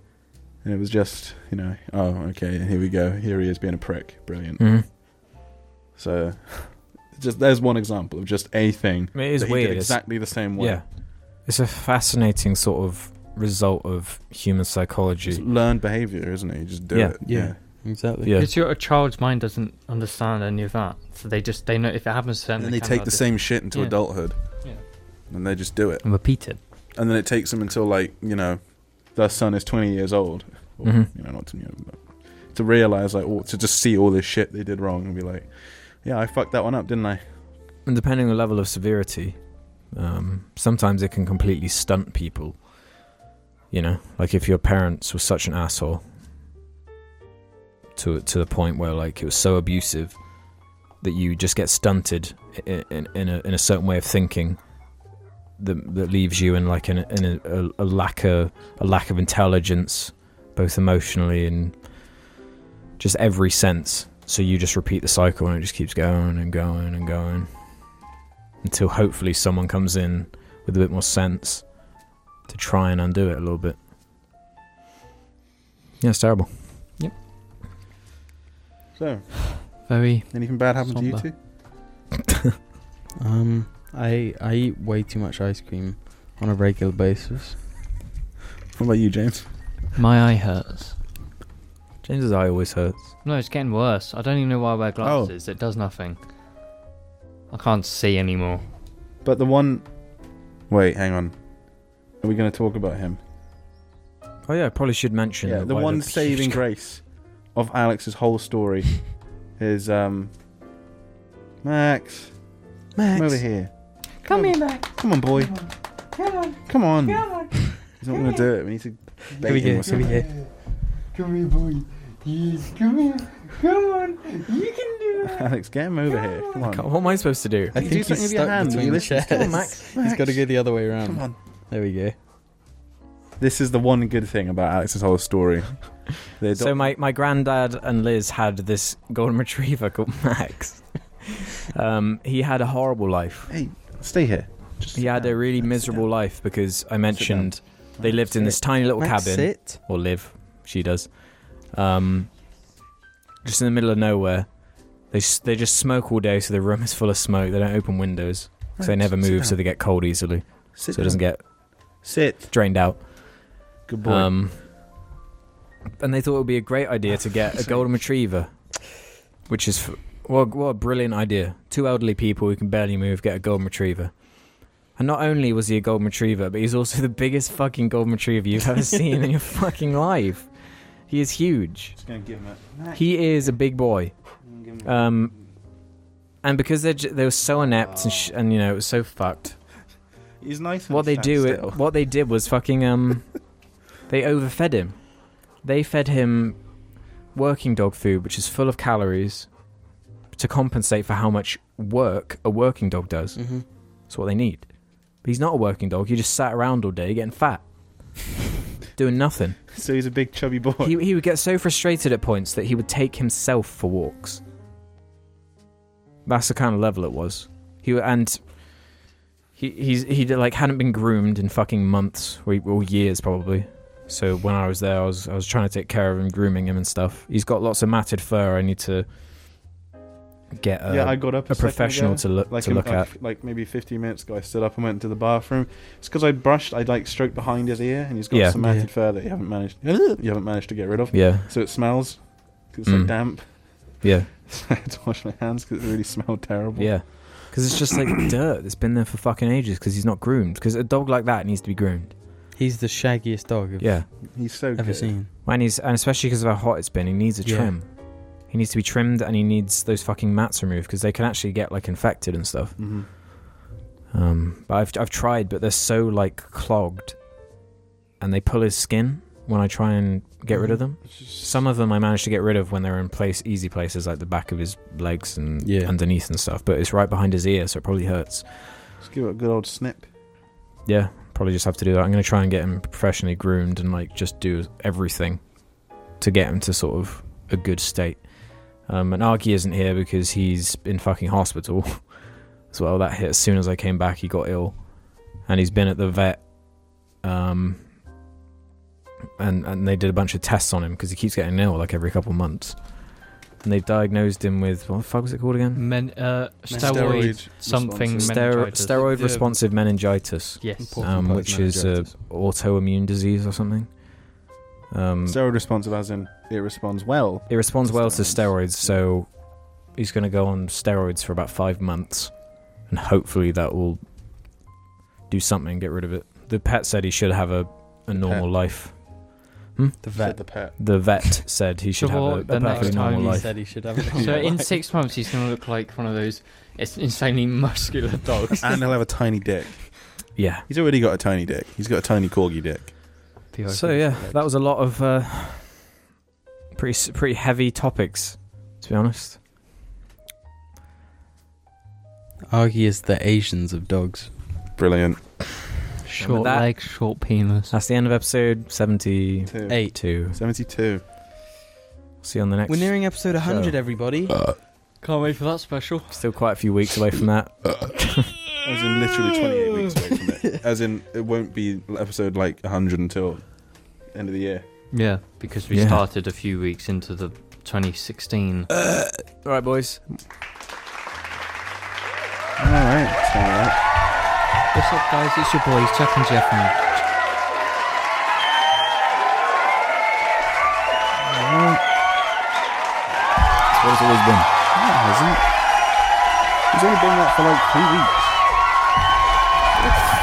Speaker 2: and it was just you know oh okay here we go here he is being a prick brilliant.
Speaker 1: Mhm.
Speaker 2: So just there's one example of just a thing.
Speaker 1: I mean, it is
Speaker 2: that he did
Speaker 1: weird. It's-
Speaker 2: exactly the same way.
Speaker 1: yeah, it's a fascinating sort of result of human
Speaker 2: It's
Speaker 1: psychology.
Speaker 2: learned behavior, isn't it? You just do
Speaker 1: Yeah.
Speaker 2: it.
Speaker 3: Yeah. Exactly.
Speaker 1: Yeah,
Speaker 4: Because your a child's mind doesn't understand any of that, so they just they know if it happens to them,
Speaker 2: And then they
Speaker 4: kind of
Speaker 2: take
Speaker 4: like
Speaker 2: the
Speaker 4: this-
Speaker 2: same shit into
Speaker 4: Yeah.
Speaker 2: adulthood.
Speaker 4: Yeah.
Speaker 2: And they just do it.
Speaker 4: and repeat it.
Speaker 2: And then it takes them until, like, you know, their son is 20 years old. Or,
Speaker 1: Mhm.
Speaker 2: You know, not to, you know, but to realize, like, or to just see all this shit they did wrong and be like, yeah, I fucked that one up, didn't I?
Speaker 1: and depending on the level of severity, um, sometimes it can completely stunt people. You know, like if your parents were such an asshole to to the point where like it was so abusive that you just get stunted in in, in, a, in a certain way of thinking that that leaves you in like in a, in a, a, a lack of a lack of intelligence, both emotionally and just every sense. So you just repeat the cycle and it just keeps going and going and going until hopefully someone comes in with a bit more sense to try and undo it a little bit. Yeah, it's terrible.
Speaker 2: So,
Speaker 4: Very.
Speaker 2: anything bad happened to you
Speaker 4: Somber.
Speaker 2: two?
Speaker 3: Um, I I eat way too much ice cream on a regular basis.
Speaker 2: What about you, James?
Speaker 4: My eye hurts.
Speaker 1: James's eye always hurts.
Speaker 4: No, it's getting worse. I don't even know why I
Speaker 2: Oh.
Speaker 4: wear glasses. It does nothing. I can't see anymore.
Speaker 2: But the one. Wait, hang on. Are we going to talk about him?
Speaker 1: Oh yeah, I probably should mention
Speaker 2: Yeah,
Speaker 1: that
Speaker 2: the
Speaker 1: why
Speaker 2: one saving grace of Alex's whole story is um Max,
Speaker 3: Max,
Speaker 2: come over here. Come, here, Max. Come on, boy. Come on. Come on. He's not gonna do it. We need to
Speaker 3: Here we
Speaker 2: bait him
Speaker 3: go.
Speaker 2: or
Speaker 3: Here we
Speaker 2: something.
Speaker 3: go.
Speaker 5: Come here, boy. Yes, come here. Come on. You can do it.
Speaker 2: Alex, get him over here. Come on.
Speaker 1: God, what am I supposed to do?
Speaker 3: I
Speaker 2: You
Speaker 3: think
Speaker 2: do something with
Speaker 3: he's
Speaker 2: your
Speaker 3: stuck
Speaker 2: hands,
Speaker 3: between
Speaker 2: you
Speaker 3: the
Speaker 2: listen. Come on,
Speaker 3: chairs.
Speaker 2: Max.
Speaker 3: He's got to go the other way around.
Speaker 2: Come on.
Speaker 3: There we go.
Speaker 2: This is the one good thing about Alex's whole story. They
Speaker 1: So my, my granddad and Liz had this golden retriever called Max. um, he had a horrible life.
Speaker 2: Hey, stay here. Just
Speaker 1: He had a really miserable life because I mentioned they lived in this tiny little
Speaker 3: Max,
Speaker 1: cabin.
Speaker 3: sit.
Speaker 1: or live. She does. Um, just in the middle of nowhere. They s- they just smoke all day, so the room is full of smoke. They don't open windows because they never move, so they get cold easily,
Speaker 2: sit
Speaker 1: so it doesn't get
Speaker 2: sit.
Speaker 1: drained out.
Speaker 2: Good boy.
Speaker 1: Um, and they thought it would be a great idea to get a golden retriever, which is f- what what a brilliant idea. Two elderly people who can barely move get a golden retriever. And not only was he a golden retriever, but he's also the biggest fucking golden retriever you've ever seen in your fucking life. He is huge.
Speaker 2: just gonna give him a.
Speaker 1: He is a big boy. Um, and because they they were so inept and sh- and you know it was so fucked.
Speaker 2: He's nice.
Speaker 1: What they do it, what they did was fucking um, they overfed him. They fed him working dog food, which is full of calories, to compensate for how much work a working dog does.
Speaker 3: hmm
Speaker 1: That's what they need. But he's not a working dog. He just sat around all day getting fat, doing nothing.
Speaker 2: So he's a big chubby boy.
Speaker 1: He, he would get so frustrated at points that he would take himself for walks. That's the kind of level it was. He w- and He he's he like hadn't been groomed in fucking months or, or years probably. So when I was there, I was I was trying to take care of him, grooming him and stuff. He's got lots of matted fur. I need to get a,
Speaker 2: yeah, I got up a,
Speaker 1: a
Speaker 2: second
Speaker 1: professional
Speaker 2: ago.
Speaker 1: to look
Speaker 2: like
Speaker 1: to
Speaker 2: in-
Speaker 1: look
Speaker 2: like,
Speaker 1: at.
Speaker 2: like maybe 15 minutes ago, I stood up and went into the bathroom. It's because I brushed. I like stroked behind his ear, and he's got
Speaker 1: Yeah.
Speaker 2: some matted
Speaker 3: Yeah.
Speaker 2: fur that you haven't managed. You haven't managed to get rid of.
Speaker 1: Yeah,
Speaker 2: So it smells. 'cause It's
Speaker 1: Mm.
Speaker 2: like damp.
Speaker 1: yeah,
Speaker 2: So I had to wash my hands because it really smelled terrible.
Speaker 1: yeah. Because it's just like dirt that's been there for fucking ages. Because he's not groomed. Because a dog like that needs to be groomed.
Speaker 3: He's the shaggiest dog I've
Speaker 1: Yeah,
Speaker 2: he's so
Speaker 3: ever
Speaker 2: good.
Speaker 3: seen.
Speaker 1: and he's and especially because of how hot it's been, he needs a
Speaker 3: Yeah.
Speaker 1: trim. He needs to be trimmed, and he needs those fucking mats removed because they can actually get like infected and stuff.
Speaker 2: Mhm.
Speaker 1: Um, but I've I've tried, but they're so like clogged, and they pull his skin when I try and get rid of
Speaker 3: Mm-hmm.
Speaker 1: them.
Speaker 2: It's just-
Speaker 1: Some of them I managed to get rid of when they're in place, easy places like the back of his legs and
Speaker 3: Yeah.
Speaker 1: underneath and stuff. But it's right behind his ear, so it probably hurts.
Speaker 2: Just give it a good old snip.
Speaker 1: Yeah, probably just have to do that. I'm gonna try and get him professionally groomed and like just do everything to get him to sort of a good state. Um, and Argy isn't here because he's in fucking hospital as well. That hit as soon as I came back, he got ill, and he's been at the vet. Um, and and they did a bunch of tests on him because he keeps getting ill like every couple months. And they've didiagnosed him with what the fuck was it called again?
Speaker 4: Men, uh, steroid,
Speaker 3: Steroid
Speaker 4: something,
Speaker 2: responses.
Speaker 1: Stero-
Speaker 4: meningitis.
Speaker 1: steroid
Speaker 3: Yeah.
Speaker 1: responsive meningitis,
Speaker 4: Yes.
Speaker 3: Porcupine
Speaker 1: um, which is a
Speaker 3: meningitis.
Speaker 1: autoimmune disease or something. Um,
Speaker 2: Steroid responsive, as in it responds well.
Speaker 1: it responds well to
Speaker 2: Steroids.
Speaker 1: steroids, so he's going to go on steroids for about five months, and hopefully that will do something, get rid of it. The pet said he should have a, a normal life.
Speaker 3: The
Speaker 2: Said
Speaker 3: vet.
Speaker 2: the pet.
Speaker 1: The vet said he should have a,
Speaker 4: Well, the
Speaker 1: a
Speaker 4: next
Speaker 1: perfectly
Speaker 4: time
Speaker 1: normal
Speaker 4: he
Speaker 1: life.
Speaker 3: said he should have. a
Speaker 4: So
Speaker 3: normal
Speaker 4: in
Speaker 3: life.
Speaker 4: six months, he's going to look like one of those it's insanely muscular dogs.
Speaker 2: and he'll have a tiny dick.
Speaker 1: yeah.
Speaker 2: He's already got a tiny dick. He's got a tiny corgi dick.
Speaker 1: So yeah, that was a lot of uh, pretty s- pretty heavy topics, to be honest.
Speaker 3: Argy is the Asians of dogs.
Speaker 2: Brilliant.
Speaker 4: short
Speaker 1: that-
Speaker 4: legs, short penis.
Speaker 1: That's the end of episode seventy-two.
Speaker 2: Two.
Speaker 3: Eight.
Speaker 2: Seventy-two.
Speaker 1: See you on the next.
Speaker 3: We're nearing episode 100,
Speaker 1: show.
Speaker 3: everybody.
Speaker 1: Uh,
Speaker 4: Can't wait for that special.
Speaker 1: Still quite a few weeks away from that.
Speaker 2: As in literally 28 weeks away from it. As in, it won't be episode like 100 until end of the year.
Speaker 4: Yeah, because we
Speaker 1: Yeah.
Speaker 4: started a few weeks into the 2016.
Speaker 1: All right, boys.
Speaker 2: All right.
Speaker 4: What's up, guys? It's your boys, Chuck and Jeff. Man.
Speaker 1: It's what it's always been.
Speaker 2: hasn't. He's only been that for like three weeks.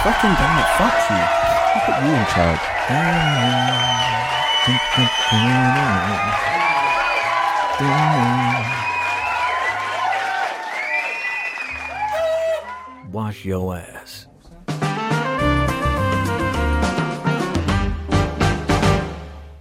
Speaker 2: Fucking damn it. Fuck you. I put you in charge.
Speaker 1: Wash your ass.